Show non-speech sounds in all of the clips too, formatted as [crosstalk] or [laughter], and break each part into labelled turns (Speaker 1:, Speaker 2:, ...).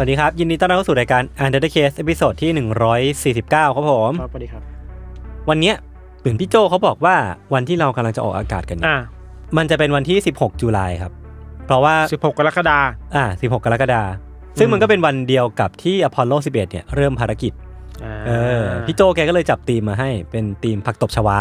Speaker 1: สวัสดีครับ ยินดีต้อนรับเข้าสู่รายการ Untitled Case ตอนที่ 149 ครับผม
Speaker 2: ครับสวัสดีครับ
Speaker 1: วันเนี้ยเหมือนพี่โจเขาบอกว่าวันที่เรากำลังจะออกอากาศกันเนี่ย
Speaker 2: อ่า
Speaker 1: มันจะเป็นวันที่ 16 จุลายครับ เพราะว่า
Speaker 2: 16 กรกฎา
Speaker 1: อ่า 16 กรกฎาคมซึ่ง
Speaker 2: อืม
Speaker 1: มันก็เป็นวันเดียวกับที่อพอลโล 11 เนี่ยเริ่มภารกิจ
Speaker 2: อ่า
Speaker 1: เออพี่โจแกก็เลยจับธีมมาให้เป็นธีมผักตบชวา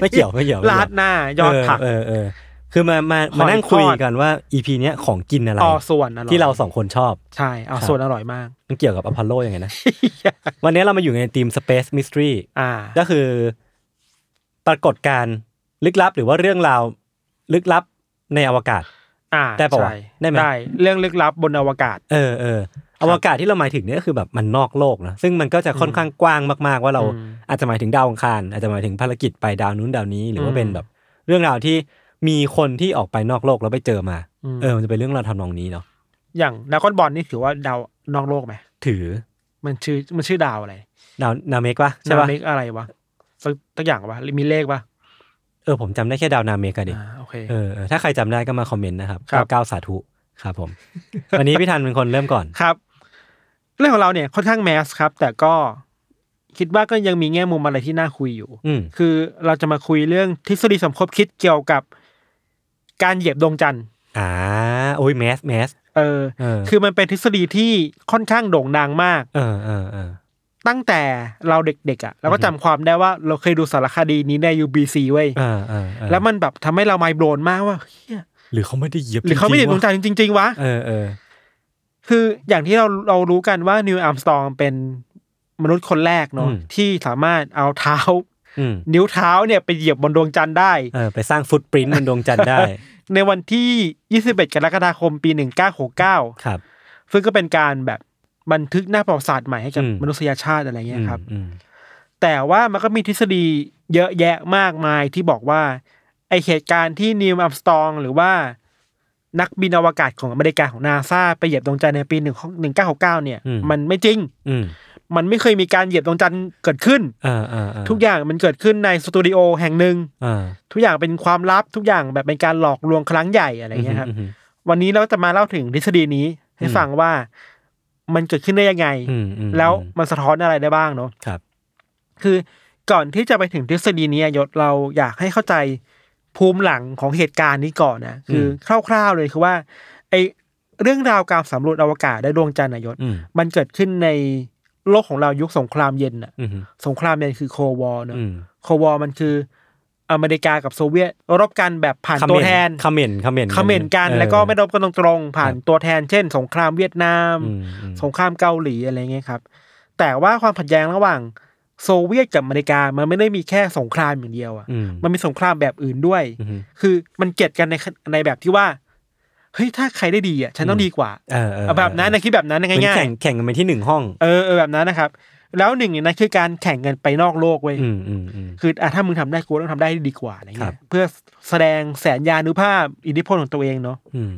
Speaker 1: ไม่เกี่ยว [laughs] ไม่เกี่ยวไม่เกี่ยว
Speaker 2: ลาดหน้ายอดผัก
Speaker 1: เออเออเออคือมามา
Speaker 2: หอย
Speaker 1: มานั่งคุย
Speaker 2: ทอด
Speaker 1: กันว่าอีพีเนี้ยของกินอะไร
Speaker 2: เอาส่วนอร่อย
Speaker 1: ที่เราสองคนชอบ
Speaker 2: ใช่เอา
Speaker 1: ครับ
Speaker 2: ส่วนอร่อยมาก
Speaker 1: มันเกี่ยวกับอพอลโลยังไงนะ วันนี้เรามาอยู่ในธีม Space Mystery
Speaker 2: อ่า
Speaker 1: ก็คือ ปรากฏการณ์ลึกลับหรือว่าเรื่องราวลึกลับในอวกาศ
Speaker 2: อ่า
Speaker 1: ได้ปะวะ
Speaker 2: ใช่
Speaker 1: ได้ไหม
Speaker 2: ได้เรื่องลึกลับบนอวกาศ
Speaker 1: เออเอออวกาศที่เราหมายถึงเนี่ยก็คือแบบมันนอกโลกนะซึ่งมันก็จะค่อนข้างกว้างมาก ๆ ว่าเรา
Speaker 2: อืม
Speaker 1: อาจจะหมายถึงดาวอังคาร อาจจะหมายถึงภารกิจไปดาวนู้นดาวนี้ หรือว่า
Speaker 2: อืม
Speaker 1: เป็นแบบเรื่องราวที่มีคนที่ออกไปนอกโลกแล้วไปเจอมา
Speaker 2: อืม
Speaker 1: เออมันจะเป็นเรื่องราวทำนองนี้เนาะ
Speaker 2: อย่างดราวก้อนบอลนี่ถือว่าดาวนอกโลกไหม
Speaker 1: ถือ
Speaker 2: มันชื่อมันชื่อดาวอะไร
Speaker 1: ดาวนาเมกวะใช่ปะ
Speaker 2: นาเมกอะไรวะสักตักอย่างวะมีเลขปะ
Speaker 1: เออผมจำได้แค่ดาวนาเมกอะดิ
Speaker 2: อ่าโอเค
Speaker 1: เออเออถ้าใครจำได้ก็มาคอมเมนต์นะครับ
Speaker 2: ครับ
Speaker 1: ก้าวสาธุครับผม วันนี้พี่ธันเป็นคนเริ่มก่อน
Speaker 2: ครับ เรื่องของเราเนี่ยค่อนข้างแมสครับ แต่ก็คิดว่าก็ยังมีแง่มุมอะไรที่น่าคุยอยู่
Speaker 1: อืม
Speaker 2: คือเราจะมาคุยเรื่องทฤษฎีสมคบคิดเกี่ยวกับการเหยียบดวงจันทร์
Speaker 1: อ่าโอ้ยแมสแมส
Speaker 2: เออ
Speaker 1: เออ
Speaker 2: คือมันเป็นทฤษฎีที่ค่อนข้างโด่งดังมาก
Speaker 1: เออเออเออ
Speaker 2: ตั้งแต่เราเด็กๆอ่ะเราก็จำความได้ว่าเราเคยดูสารคดีนี้ใน UBC เว้ย
Speaker 1: เออเออเออ
Speaker 2: แล้วมันแบบทำให้เราไมโบรนมากว่าเฮีย
Speaker 1: หรือเขาไม่ได้เหยียบ
Speaker 2: หรือเขาไม่
Speaker 1: จ
Speaker 2: เห็
Speaker 1: ง
Speaker 2: น
Speaker 1: ๆ
Speaker 2: ดวงจันทร์จริง ๆ วะ
Speaker 1: เออเออ
Speaker 2: คืออย่างที่เราเรารู้กันว่านิวอัมสตองเป็นมนุษย์คนแรกเนาะ
Speaker 1: อืม
Speaker 2: ที่สามารถเอาเท้า
Speaker 1: อืม
Speaker 2: นิ้วเท้าเนี่ยไปเหยียบบนดวงจันทร์ได้
Speaker 1: เออไปสร้างฟุตปรินต์บนดวงจันทร์ได้
Speaker 2: ในวันที่ 21 กรกฎาคมปี 1969
Speaker 1: ครับ
Speaker 2: ซึ่งก็เป็นการแบบบันทึกหน้าประวัติศาสตร์ใหม่ให้กับ
Speaker 1: อืม
Speaker 2: มนุษยชาติอะไรเงี้ยครับ
Speaker 1: อืม
Speaker 2: แต่ว่ามันก็มีทฤษฎีเยอะแยะมากมายที่บอกว่าไอเหตุการณ์ที่นิวอัมสตองหรือว่านักบินอวกาศของอเมริกาของนาซาไปเหยียบดวงจันทร์ในปี 1969 เนี่ย มันไม่จริง
Speaker 1: อืม
Speaker 2: มันไม่เคยมีการเหยียบดวงจันทร์เกิดขึ้น
Speaker 1: เออเออเ
Speaker 2: ทุกอย่างมันเกิดขึ้นในสตูดิโอแห่งหนึ่ง
Speaker 1: เออ
Speaker 2: ทุกอย่างเป็นความลับทุกอย่างแบบเป็นการหลอกลวงครั้งใหญ่อะไรเงี้ยครับ
Speaker 1: อืม
Speaker 2: วันนี้เราจะมาเล่าถึงทฤษฎีนี้ ให้ฟังว่ามันเกิดขึ้นได้ยังไง
Speaker 1: อืมอืม
Speaker 2: แล้วมันสะท้อนอะไรได้บ้างเนาะ
Speaker 1: ครับ
Speaker 2: คือก่อนที่จะไปถึงทฤษฎีนี้อะยศเราอยากให้เข้าใจภูมิหลังของเหตุการณ์นี้ก่อนนะคืออคร่าวๆเลยคือว่าไอเรื่องราวการสำรวจอวกาศได้ดวงจันทร์อะยศ
Speaker 1: อืม
Speaker 2: มันเกิดขึ้นในโลกของเรายุคสงครามเย็นอะ
Speaker 1: อืม
Speaker 2: สงครามเย็นคือโควอเนาะ
Speaker 1: อืม
Speaker 2: โควอมันคืออเมริกากับโซเวียตรบกันแบบผ่านตัวแทน
Speaker 1: คอมเมนต์คอมเมนต์
Speaker 2: เขม่นกัน แล้วก็ไม่รบกันตรงๆผ่านตัวแทน เช่น สงครามเวียดนาม
Speaker 1: อืมอืม
Speaker 2: สงครามเกาหลีอะไรเงี้ยครับ แต่ว่าความขัดแย้งระหว่างโซเวียตกับอเมริกามันไม่ได้มีแค่สงครามอย่างเดียวอ่ะ
Speaker 1: อืม
Speaker 2: มันมีสงครามแบบอื่นด้วย
Speaker 1: อืม
Speaker 2: คือมันเกลียดกันในในแบบที่ว่าเฮ้ยถ้าใครได้ดีอ่ะฉันต้องดีกว่า
Speaker 1: เออเออ
Speaker 2: เอาแบบนั้นนะคิดแบบนั้นนะ
Speaker 1: เหมือน
Speaker 2: ง่าย
Speaker 1: แข่งแข่งกันไปที่หนึ่งห้อง
Speaker 2: ๆเออเออแบบนั้นนะครับ แล้วหนึ่งในนั้นคือการแข่งกันไปนอกโลกเว้ย
Speaker 1: อืมอืมอืม
Speaker 2: คืออ่ะถ้ามึงทำได้กูก็ต้องทำได้ดีกว่าอะไร
Speaker 1: ครั
Speaker 2: เงี้
Speaker 1: บ
Speaker 2: ยเพื่อแสดงแสนยานุภาพอิทธิพลของตัวเองเนาะ
Speaker 1: อืม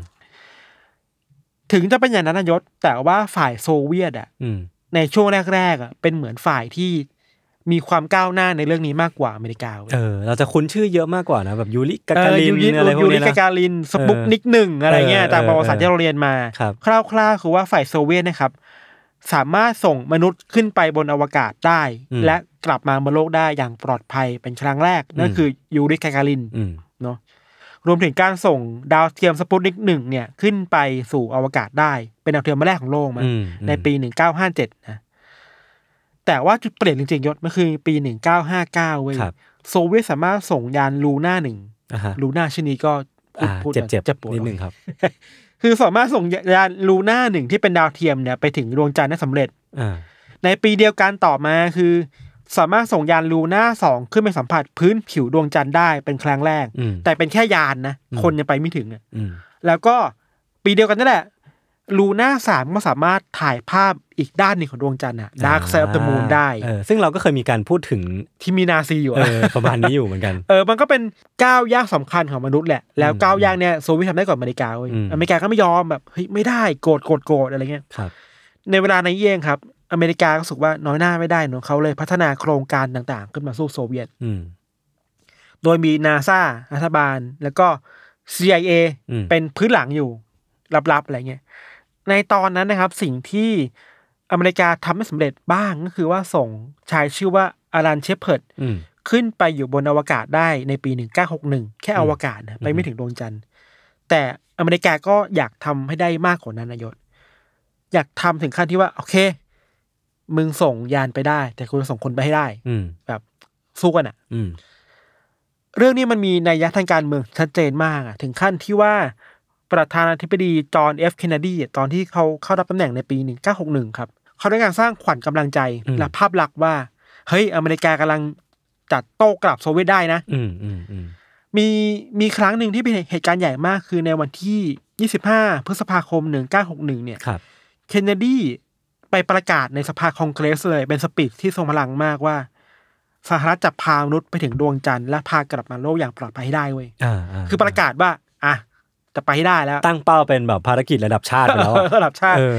Speaker 2: ถึงจะเป็นอย่างนั้นนะยศ แต่ว่าฝ่ายโซเวียตอ่ะ
Speaker 1: อืม
Speaker 2: ในช่วงแรกๆอ่ะเป็นเหมือนฝ่ายที่มีความก้าวหน้าในเรื่องนี้มากกว่าอเมริกาเว้ย
Speaker 1: เออ เราจะคุ้นชื่อเยอะมากกว่านะแบบยูริกาการิ
Speaker 2: ยูริ
Speaker 1: นอะไรพว
Speaker 2: ยู
Speaker 1: ก
Speaker 2: ริ
Speaker 1: นี้นะ
Speaker 2: กาการินสปุกนิกหนึ่งอะไรเงี้ย
Speaker 1: เออ
Speaker 2: ตามประวัติศาสตร์ที่เราเรียนมา
Speaker 1: ครับ
Speaker 2: คร่าวๆคือว่าฝ่ายโซเวียตนะครับ สามารถส่งมนุษย์ขึ้นไปบนอวกาศได้ และกลับมาบนโลกได้อย่างปลอดภัยเป็นครั้งแรกนั่นคือยูริกาการิน
Speaker 1: อืม
Speaker 2: เนาะรวมถึงการส่งดาวเทียมสปุตนิกหนึ่งเนี่ยขึ้นไปสู่อวกาศได้ เป็นดาวเทียมแรกของโลกมา
Speaker 1: อืม
Speaker 2: ในปีหนึ่งเก้าห้าเจ็ดนะ แต่ว่าจุดเปลี่ยนจริงๆยศมันคือปี 1959 เว้ย
Speaker 1: ครับ
Speaker 2: โซเวียตสามารถส่งยานลูน่าหนึ่ง
Speaker 1: อ่าฮะ
Speaker 2: ลูน่าชื่อนี้ก็พูด
Speaker 1: อ่า
Speaker 2: พูด
Speaker 1: เจ็บเจ็บ
Speaker 2: เจ็บปวด
Speaker 1: นิดนึงครับ
Speaker 2: คือสามารถส่งยานลูน่าหนึ่งที่เป็นดาวเทียมเนี่ยไปถึงดวงจันทร์ได้สำเร็จ
Speaker 1: อ่า
Speaker 2: ในปีเดียวกันต่อมาคือ สามารถส่งยานลูน่าสองขึ้นไปสัมผัสพื้นผิวดวงจันทร์ได้เป็นครั้งแรก
Speaker 1: อืม
Speaker 2: แต่เป็นแค่ยานนะ คนยังไปไม่ถึงอะ
Speaker 1: อืม
Speaker 2: แล้วก็ปีเดียวกันนั่นแหละลูน่าสามก็สามารถถ่ายภาพอีกด้านหนึ่งของดวงจันทร์อะดาร์กไซด์ออฟเดอะมูนได้
Speaker 1: เออซึ่งเราก็เคยมีการพูดถึง
Speaker 2: ที่มีนาซีอยู่
Speaker 1: เอ
Speaker 2: อะ [laughs]
Speaker 1: อประมาณนี้อยู่เหมือนกัน
Speaker 2: เออมันก็เป็นก้าวย่างสำคัญของมนุษย์แหละ แล้วก้าวย่างเนี่ยโซเวียตทำได้ก่อนอเมริกาเว้ย
Speaker 1: อืม
Speaker 2: อเมริกาก็ไม่ยอมแบบเฮ้ยไม่ได้โกรธโกรธโกรธอะไรเงี้ย
Speaker 1: ครับ
Speaker 2: ในเวลาในนเองครับ อเมริกาก็รู้สึกว่าน้อยหน้าไม่ได้เนอะเขาเลยพัฒนาโครงการต่างๆ ขึ้นมาสู้โซเวียต
Speaker 1: อืม
Speaker 2: โดยมีนาซารัฐบาล แล้วก็ CIA
Speaker 1: อืม
Speaker 2: เป็นพื้นหลังอยู่ ลับๆ อะไรเงี้ย ในตอนนั้นนะครับ สิ่งที่อเมริกาทำไม่สำเร็จบ้างก็คือว่าส่งชายชื่อว่าอารันเชฟเพิร์ด
Speaker 1: อืม
Speaker 2: ขึ้นไปอยู่บนอวกาศได้ในปี 1961 แค่อวกาศนะไปไม่ถึงดวงจันทร์ แต่อเมริกาก็อยากทำให้ได้มากกว่านั้นนายศ อยากทำถึงขั้นที่ว่า โอเค มึงส่งยานไปได้ แต่คุณส่งคนไปให้ได้
Speaker 1: อืม
Speaker 2: แบบสู้กันอะ
Speaker 1: อืม
Speaker 2: เรื่องนี้มันมีนัยยะทางการเมืองชัดเจนมากอะถึงขั้นที่ว่าประธานาธิบดีจอห์นเอฟเคนเนดีอะตอนที่เขาเข้ารับตำแหน่งในปี 1961 ครับ เขาได้การสร้างขวัญกำลังใจ
Speaker 1: อืม
Speaker 2: และภาพลักษณ์ว่า เฮ้ย อเมริกากำลังจัดโต้กลับโซเวียตได้นะ
Speaker 1: อืมอืมอืม
Speaker 2: มีมีครั้งหนึ่งที่เป็นเหตุการณ์ใหญ่มากคือในวันที่ 25 พฤษภาคม 1961 เนี่ย
Speaker 1: ครับ
Speaker 2: เคนเนดีไปประกาศในสภาคองเกรสเลย เป็นสปีชที่ทรงพลังมากว่าสหรัฐจะพามนุษย์ไปถึงดวงจันทร์และพากลับมาโลกอย่างปลอดภัยให้ได้เว้ย
Speaker 1: อ่าา
Speaker 2: คือประกาศว่า อ่ะ จะไปให้ได้แล้ว
Speaker 1: ตั้งเป้าเป็นแบบภารกิจระดับชาติไปแล้วอะ
Speaker 2: ระดับชาติ
Speaker 1: เออ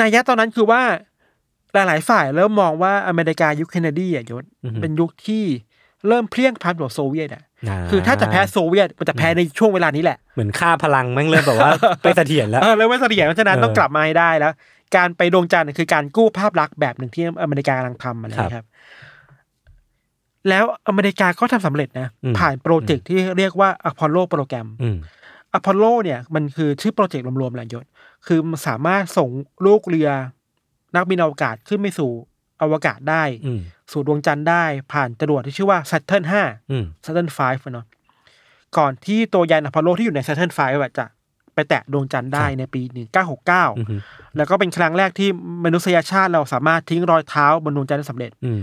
Speaker 2: นัยยะตอนนั้นคือว่า หลาย ๆ ฝ่ายเริ่มมองว่าอเมริกายุคเคนเนดีอะยศ
Speaker 1: อือฮึ
Speaker 2: เป็นยุคที่เริ่มเพลี่ยงพล้ำต่อโซเวียตอ่ะ
Speaker 1: อ่
Speaker 2: คือถ้าจะแพ้โซเวียตมันจะแพ้ในช่วงเวลานี้แหละ
Speaker 1: เหมือนค่าพลังแม่งเริ่ม
Speaker 2: [laughs]
Speaker 1: แบบว่า ไปเสถียรแล้ว
Speaker 2: เออแล้วไม่เสถียรเพราะฉะนั้น
Speaker 1: เออ
Speaker 2: ต้องกลับมาให้ได้แล้ว การไปดวงจันทร์คือการกู้ภาพลักษณ์แบบหนึ่งที่อเมริกากำลังทำอะไรนะครับ แล้วอเมริกาก็ทำสำเร็จนะ
Speaker 1: อืม
Speaker 2: ผ่านโปรเจกต์ที่เรียกว่าอพอลโลโปรแกรม
Speaker 1: อืม
Speaker 2: อพอลโลเนี่ยมันคือชื่อโปรเจกต์รวมๆแหละยศ คือมันสามารถส่งลูกเรือนักบินอวกาศขึ้นไปสู่อวกาศได้
Speaker 1: อืม
Speaker 2: สู่ดวงจันทร์ได้ ผ่านจรวดที่ชื่อว่า Saturn
Speaker 1: อืม
Speaker 2: 5 Saturn 5เนาะก่อนที่ตัวยานอพอลโลที่อยู่ใน Saturn 5อะจะไปแตะดวงจันทร์ได้ในปี
Speaker 1: อืม
Speaker 2: 1969 แล้วก็เป็นครั้งแรกที่มนุษยชาติเราสามารถทิ้งรอยเท้าบนดวงจันทร์ได้สำเร็จ
Speaker 1: อืม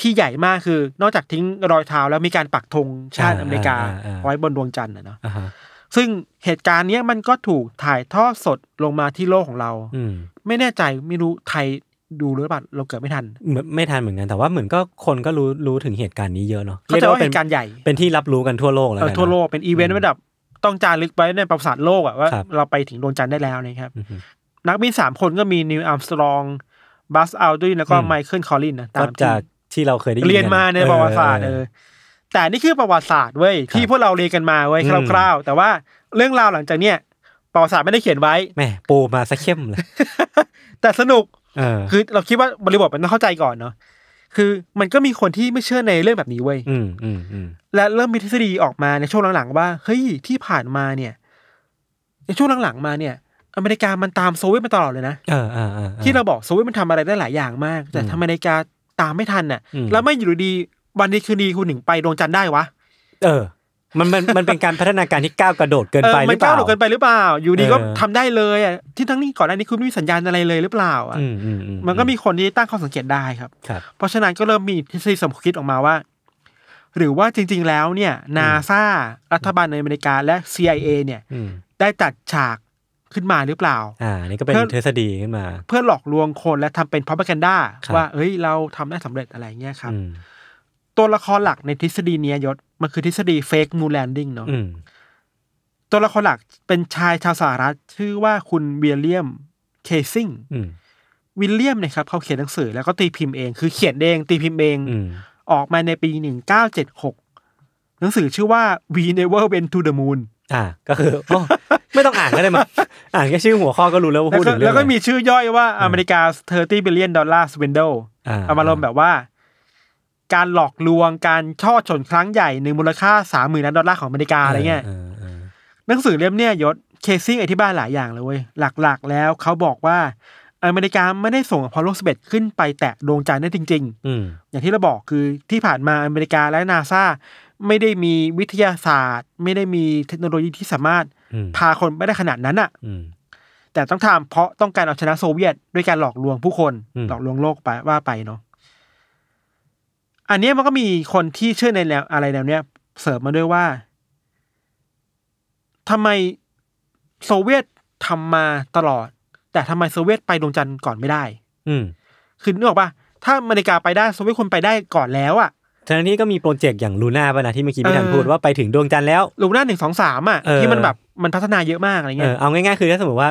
Speaker 2: ที่ใหญ่มากคือนอกจากทิ้งรอยเท้าแล้วมีการปักธงชาติอเมริกาไว้บนดวงจันทร์นะเนาะ
Speaker 1: อ่าฮะ
Speaker 2: ซึ่งเหตุการณ์เนี้ยมันก็ถูกถ่ายทอดสดลงมาที่โลกของเรา
Speaker 1: อืม
Speaker 2: ไม่แน่ใจไม่รู้ไทยดูหรือเปล่าเราเกิดไม่ทัน
Speaker 1: เหมือนไม่ทันเหมือนกันแต่ว่าเหมือนก็คนก็รู้รู้ถึงเหตุการณ์นี้เยอะเนาะ
Speaker 2: เขาใจะว่า
Speaker 1: เป็
Speaker 2: เป็นนการใหญ่
Speaker 1: เป็นที่รับรู้กันทั่วโลกแล้ว
Speaker 2: เออ
Speaker 1: กันนะ
Speaker 2: ทั่วโลกเป็นอีเวนต์ระดับต้องจารึกไว้ในประวัติศาสตร์โลกอะว่า
Speaker 1: ครับ
Speaker 2: เราไปถึงดวงจันทร์ได้แล้วนะครับ
Speaker 1: อือฮึ
Speaker 2: นักบินสามคนก็มีนิวอัมสตรองบัสอัลดินแล้วก็
Speaker 1: อืม
Speaker 2: ไมเคิลคอลลินนะตา
Speaker 1: ก็
Speaker 2: ม
Speaker 1: จากที่เราเคยได้
Speaker 2: ที่
Speaker 1: ยิน
Speaker 2: เรียนมาในประวัติศาสตร์
Speaker 1: เอ
Speaker 2: เอ
Speaker 1: อ
Speaker 2: อแต่นี่คือประวัติศาสตร์เว้ย
Speaker 1: ครับ
Speaker 2: ที่พวกเราเรียนกันมาเว้ย
Speaker 1: อืม
Speaker 2: คร่าวๆแต่ว่าเรื่องราวหลังจากเนี้ยประวัติศาสตร์ไม่ได้เขียนไว้
Speaker 1: แหม่ปูมาซะเข้มเลย
Speaker 2: แต่สนุก
Speaker 1: เออ
Speaker 2: คือเราคิดว่าบริบทมันต้องเข้าใจก่อนเนาะ คือมันก็มีคนที่ไม่เชื่อในเรื่องแบบนี้เว้ย
Speaker 1: อืมอืมอืม
Speaker 2: และเริ่มมีทฤษฎีออกมาในช่วงหลังๆว่าเฮ้ยที่ผ่านมาเนี่ย ในช่วงหลังๆมาเนี่ย อเมริกามันตามโซเวียตมาตลอดเลยนะ
Speaker 1: เออเออออออ
Speaker 2: ที่เราบอกโซเวียตมันทำอะไรได้หลายอย่างมาก แต่
Speaker 1: อืม
Speaker 2: ทำไมอเมริกาตามไม่ทันน่ะ
Speaker 1: อืม
Speaker 2: แล้วไม่อยู่ดีๆวันดีคืนดีคุณหนึ่งไปดวงจันทร์ได้วะ
Speaker 1: เออ มันมันมันเป็นการพัฒนาการที่ก้าวกระโดดเกิน
Speaker 2: เออ
Speaker 1: ไปห
Speaker 2: มั
Speaker 1: รื
Speaker 2: น
Speaker 1: อเป
Speaker 2: ก้า
Speaker 1: ล่า
Speaker 2: วหลุดเกินไปหรือเปล่า อยู่ดีก็
Speaker 1: เออ
Speaker 2: ทำได้เลยอ่ะที่ทั้งนี้ก่อนหน้านี้คุณไม่มีสัญญาณอะไรเลยหรือเปล่าอ่ะ
Speaker 1: อืมอืมอื
Speaker 2: มันก็มีคนที่ตั้งข้อสังเกตได้ครับ
Speaker 1: ครับ
Speaker 2: เพราะฉะนั้นก็เริ่มมีทฤษฎีสมคบคิดออกมาว่า หรือว่าจริงๆแล้วเนี่ยนาซารัฐบาลในอเมริกาและ CIA เนี่ย
Speaker 1: อืม
Speaker 2: ได้จัดฉากขึ้นมาหรือเปล่า
Speaker 1: อ่าอันนี่ก็เป็น
Speaker 2: เพื่อ
Speaker 1: ทฤษฎีขึ้นมา
Speaker 2: เพื่อหลอกลวงคนและทำเป็นพ r o p a g a n d a
Speaker 1: ครับ
Speaker 2: ว่า เอ้ย เราทำได้สำเร็จอะไรเงี้ยครับ
Speaker 1: อืม
Speaker 2: ตัวละครหลักในทฤษฎีเนี้ยยศ มันคือทฤษฎีเฟกมู o แลนดิ n งเนาะ
Speaker 1: อืม
Speaker 2: ตัวละครหลักเป็นชายชาวสหรัฐ ชื่อว่าคุณเวียเลียมเคซิง
Speaker 1: อืม
Speaker 2: วิลเลียมเนะครับเขาเขียนหนังสือแล้วก็ตีพิมพ์เองคือเขียนเองตีพิมพ์เอง
Speaker 1: อืม
Speaker 2: ออกมาในปี 1976 หนังสือชื่อว่า We Never Went to the Moon
Speaker 1: อ่า ก็คือ [laughs] โอ้ไม่ต้องอ่านก็ได้มา อ่านแค่ชื่อหัวข้อก็รู้แล้วว่า
Speaker 2: แล้ว
Speaker 1: พูด
Speaker 2: ก็
Speaker 1: ถึงเรื่
Speaker 2: แล้
Speaker 1: อ
Speaker 2: ว
Speaker 1: ง
Speaker 2: ก็
Speaker 1: อะไร
Speaker 2: มีชื่อย่อยว่าอเมริกา 30 billion dollar swindle เอามารวมแบบว่า การหลอกลวงการช่อฉนครั้งใหญ่ในมูลค่า 30,000ล้านดอลลาร์ของอเมริกาอะไรเงี้ย
Speaker 1: อเออ
Speaker 2: หนังสือเล่มเนี้ยยศเคซิ่งอธิบายหลายอย่างเลยเว้ยหลักๆแล้วเขาบอกว่าอ อเมริกาไม่ได้ส่งอพอลโล11 ขึ้นไปแตะดวงจันทร์ได้จริง
Speaker 1: อืม
Speaker 2: ๆ อย่างที่เราบอกคือที่ผ่านมาอเมริกาและนาซาไม่ได้มีวิทยาศาสตร์ ไม่ได้มีเทคโนโลยีที่สามารถ
Speaker 1: อืม
Speaker 2: พาคนไปได้ขนาดนั้นอะ
Speaker 1: อืม
Speaker 2: แต่ต้องทำเพราะต้องการเอาชนะโซเวียตด้วยการหลอกลวงผู้คน
Speaker 1: อืม
Speaker 2: หลอกลวงโลกไปว่าไปเนาะอันเนี้ยมันก็มีคนที่เชื่อในแนวอะไรแนวเนี้ย เสริมมาด้วยว่าทำไมโซเวียตทำมาตลอด แต่ทำไมโซเวียตไปดวงจันทร์ก่อนไม่ได้
Speaker 1: อืม
Speaker 2: คือนึกออกปะถ้าอเมริกาไปได้โซเวียตควรไปได้ก่อนแล้วอะ
Speaker 1: ทั้งนี้ก็มีโปรเจกต์อย่างลูน่าป่ะนะที่เมื่อกี้พี่ทัน
Speaker 2: เออ
Speaker 1: พูดว่าไปถึงดวงจันทร์แล้ว
Speaker 2: ลูน่าหนึ่งสองสามอะ
Speaker 1: เออ
Speaker 2: ที่มันแบบมันพัฒนาเยอะมากอะไร
Speaker 1: เอ
Speaker 2: เงี้
Speaker 1: อย เอาง่ายๆคือถ้าสมมติว่า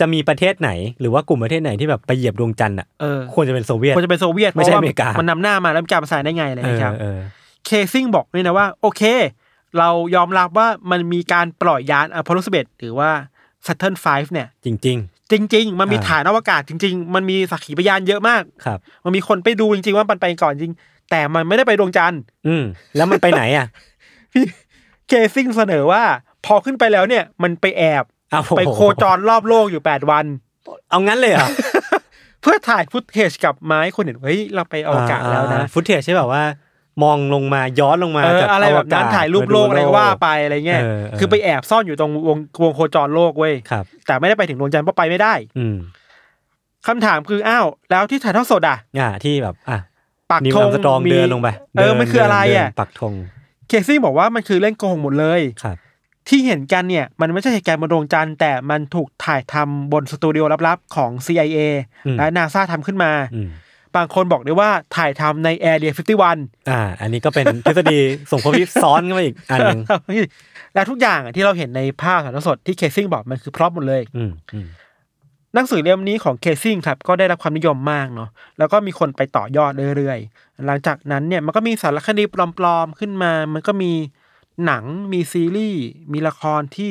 Speaker 1: จะมีประเทศไหน หรือว่ากลุ่มประเทศไหนที่แบบไปเหยียบดวงจันทร์อ่ะ
Speaker 2: เออ
Speaker 1: ควรจะเป็นโซเวียต
Speaker 2: ควรจะเป็นโซเวียต
Speaker 1: ไม่ใช่
Speaker 2: พะว่
Speaker 1: อเมริกามั
Speaker 2: นนำหน้ามาแล้วอเมริกาประสานได้ไงอะไร
Speaker 1: เออ
Speaker 2: นะครับ
Speaker 1: เออ
Speaker 2: เคซิงบอกด้วยนะว่า โอเค เรายอมรับว่ามันมีการปล่อยยานอพอลโล11 หรือว่า Saturn 5 เนี่ย
Speaker 1: จริง
Speaker 2: จริง ๆ มันมี
Speaker 1: อ่า
Speaker 2: ฐานอวกาศจริง ๆ มันมีสักขีพยานเยอะมาก
Speaker 1: ๆ ครับ
Speaker 2: มันมีคนไปดูจริง ๆ ว่ามันไปก่อนจริง แต่มันไม่ได้ไปดวงจันทร์
Speaker 1: อืมแล้วมันไปไหนอ่ะ
Speaker 2: เคซิงเสนอว่า พอขึ้นไปแล้วเนี่ยมันไปแอบ
Speaker 1: เอา
Speaker 2: ไปโคจรรอบโลกอยู่แปดวัน
Speaker 1: เอางั้นเลยเหรอ่ะ
Speaker 2: เพื่อถ่ายฟุตเทจกลับมาให้คนเห็นเฮ้ย เราไปอวกาศแล้วนะ
Speaker 1: ฟุตเทจใช่แบบว่า มองลงมาย้อนลงมา
Speaker 2: เออ
Speaker 1: จาก
Speaker 2: อะไรแบบนั้น
Speaker 1: อวกศ
Speaker 2: ถ่ายรูปโลกอะไรก็ว่าไปอะไรเงี้ย
Speaker 1: เออเออ
Speaker 2: คือไปแอบซ่อนอยู่ตรงวงวงโคจรโลกเว้ย
Speaker 1: ครับ
Speaker 2: แต่ไม่ได้ไปถึงดวงจันทร์เพราะไปไม่ได้
Speaker 1: อืม
Speaker 2: คำถามคืออ้าวแล้วที่ถ่ายทอดสดอ่ะ
Speaker 1: อ่าที่แบบอ่ะ
Speaker 2: ปัก
Speaker 1: นิว
Speaker 2: ธ
Speaker 1: อั
Speaker 2: ง
Speaker 1: มสตรอง
Speaker 2: มี
Speaker 1: เดินลงไป
Speaker 2: เออมันคืออะไร
Speaker 1: เดินเดิ
Speaker 2: อ่ะ
Speaker 1: นปักธง
Speaker 2: เคซี่บอกว่ามันคือเล่นโกหกหมดเลย
Speaker 1: ครับ
Speaker 2: ที่เห็นกันเนี่ยมันไม่ใช่เหตุการณ์บนดวงจันทร์แต่มันถูกถ่ายทำบนสตูดิโอลับๆของ CIA
Speaker 1: อืม
Speaker 2: และนาซาทำขึ้นมา
Speaker 1: อืม
Speaker 2: บางคนบอกได้ว่าถ่ายทำในแอร์เรีย51
Speaker 1: อ่า อันนี้ก็เป็นทฤษฎีสมคบคิดซ้อนกันมาอีกอันห
Speaker 2: [laughs]
Speaker 1: นึ่ง
Speaker 2: และทุกอย่างอะที่เราเห็นในภาพสารสดที่เคซิงบอกมันคือพร็อพหมดเลย
Speaker 1: อืมอืม
Speaker 2: หนังสือเล่มนี้ของเคซิงครับก็ได้รับความนิยมมากเนาะแล้วก็มีคนไปต่อยอดเรื่อยๆ หลังจากนั้นเนี่ยมันก็มีสารคดีปลอมๆขึ้นมา มันก็มีหนังมีซีรีส์มีละครที่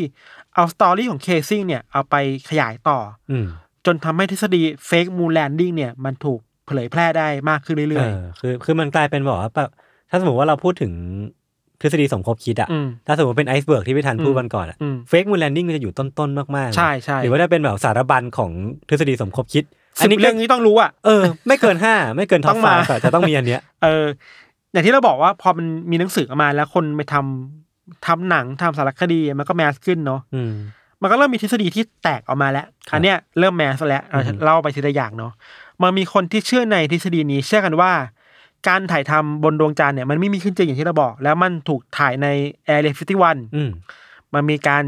Speaker 2: เอาสตอรี่ของเคซิงเนี่ยเอาไปขยายต่อ
Speaker 1: อืม
Speaker 2: จนทำให้ทฤษฎีเฟกมู o แลนดิ้งเนี่ยมันถูกเผยแพร่ได้มากขึ้นเรื่อย
Speaker 1: เออคือคือมันกลายเป็นแบอกว่าแบบถ้าสมมติว่าเราพูดถึงทฤษฎีสมคบคิดอะ
Speaker 2: ๆ อืม
Speaker 1: ถ้าสมมติเป็นไอซ์เบิร์กที่พี่ทันพูด
Speaker 2: อืม
Speaker 1: วันก่อนอะ
Speaker 2: อืม
Speaker 1: เฟกมูลแลนดิ้งมันจะอยู่ต้นๆ มากๆ
Speaker 2: ใช่ใช่
Speaker 1: หรือว่าถ้าเป็นแบบสารบัญของทฤษฎีสมคบคิด
Speaker 2: สิบ
Speaker 1: นี้ก็
Speaker 2: เรื่องนี้ต้องรู้อ่ะ
Speaker 1: เออ ไม่เกินห้าไม่เกินท็อ
Speaker 2: ต้
Speaker 1: ป
Speaker 2: อง
Speaker 1: ฟ
Speaker 2: มา
Speaker 1: จะต้องมีอันเนี้ย
Speaker 2: เอออย่างที่เราบอกว่าพอมันมีหนังสือออกมาแล้วคนไปทำทำหนังทำสารคดีมันก็แมสขึ้นเนาะ
Speaker 1: อืม
Speaker 2: มันก็เริ่มมีทฤษฎีที่แตกออกมาแล้ว
Speaker 1: ครับ
Speaker 2: อันเนี้ยเริ่มแมสแล้วเรา
Speaker 1: อืม
Speaker 2: เล่าไปทีละอย่างเนาะมันมีคนที่เชื่อในทฤษฎีนี้เชื่อกันว่า การถ่ายทำบนดวงจันทร์เนี่ยมันไม่มีขึ้นจริงอย่างที่เราบอก แล้วมันถูกถ่ายในแอร์เรียฟิตี้วัน
Speaker 1: อืม
Speaker 2: มันมีการ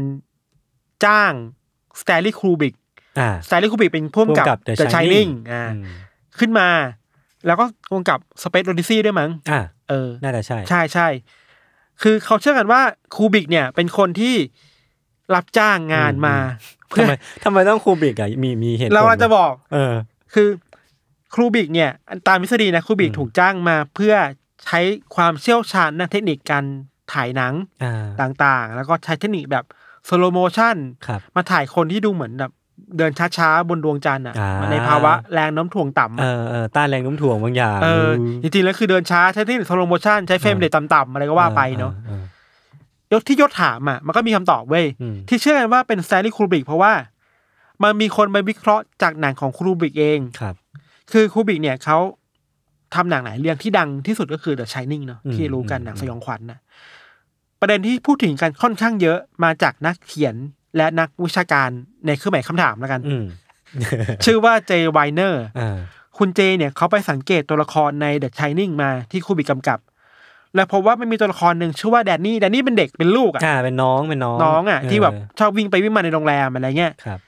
Speaker 2: จ้างสแตลลี่ครูบิก
Speaker 1: อ่า
Speaker 2: สแตลลี่ครูบิกเป็นพ่วงกั
Speaker 1: ผู้
Speaker 2: บ
Speaker 1: กำกับ The
Speaker 2: The Shining
Speaker 1: Shining
Speaker 2: อ่า
Speaker 1: อืม
Speaker 2: ขึ้นมา แล้วก็พ่วงกับสเปซโอดิซีด้วยมั้ง
Speaker 1: อ่า
Speaker 2: เออ
Speaker 1: น่าจะใช่
Speaker 2: ใช่ใช่ คือเขาเชื่อกันว่าครูบิกเนี่ยเป็นคนที่รับจ้างงานมา
Speaker 1: อื
Speaker 2: เพื่
Speaker 1: ทำ
Speaker 2: อ
Speaker 1: ไมทำไมต้องครูบิกอะมีมีเหตุผล
Speaker 2: เราอาจจะบอก
Speaker 1: เออ
Speaker 2: คือครูบิกเนี่ยตามทฤษฎีนะครูบิก
Speaker 1: อืม
Speaker 2: ถูกจ้างมาเพื่อใช้ความเชี่ยวชาญด้านเทคนิคการถ่ายหนัง
Speaker 1: อ่า
Speaker 2: ต่างๆ แล้วก็ใช้เทคนิคแบบสโลโมชัน
Speaker 1: ครับ
Speaker 2: มาถ่ายคนที่ดูเหมือนแบบเดินช้าๆ บนดวงจันทร์อ่ะ
Speaker 1: อ่า
Speaker 2: ในภาวะแรงโน้ำถ่วงต่ำ
Speaker 1: เออ
Speaker 2: อะ
Speaker 1: เออต้านแรงโน้มถ่วงบางอย่าง
Speaker 2: เออจริงๆแล้วคือเดินช้าใช้เทคนิคสโลโมชันใช้เฟรมเรทต่ำๆอะไรก็ว่าไปเนาะ
Speaker 1: ออย
Speaker 2: ศที่ยศถามอ่ะมันก็มีคำตอบเว้ย
Speaker 1: เอออืม
Speaker 2: ที่เชื่อกันว่าเป็นสแตนลีย์ครูบริกเพราะว่า มันมีคนไปวิเคราะห์จากหนังของครูบริกเอง
Speaker 1: ครับ
Speaker 2: คือครูบริกเนี่ยเขาทำหนังหลายเรื่องที่ดังที่สุดก็คือ The Shining เนาะ
Speaker 1: อืม
Speaker 2: ที่รู้กัน
Speaker 1: อืม
Speaker 2: หนังสยองขวัญนะประเด็นที่พูดถึงกันค่อนข้างเยอะมาจากนักเขียนและนักวิชาการในเครื่องหมายคำถามแล้วกัน
Speaker 1: อืม
Speaker 2: ชื่อว่าเจไวเนอร์
Speaker 1: อ่า
Speaker 2: คุณเจเนี่ยเขาไปสังเกตตัวละครใน The Shining มาที่ครูบริกกำกับ และพบว่ามันมีตัวละครหนึ่งชื่อว่าแดนนี่แดนนี่เป็นเด็กเป็นลูกอ่ะ
Speaker 1: อ่าเป็นน้องเป็นน้อง
Speaker 2: น้องอ่ะ
Speaker 1: เ
Speaker 2: ที่แบบชอบวิ่งไปวิ่งมาในโรงแรมอะไรเงี้ย
Speaker 1: ครับ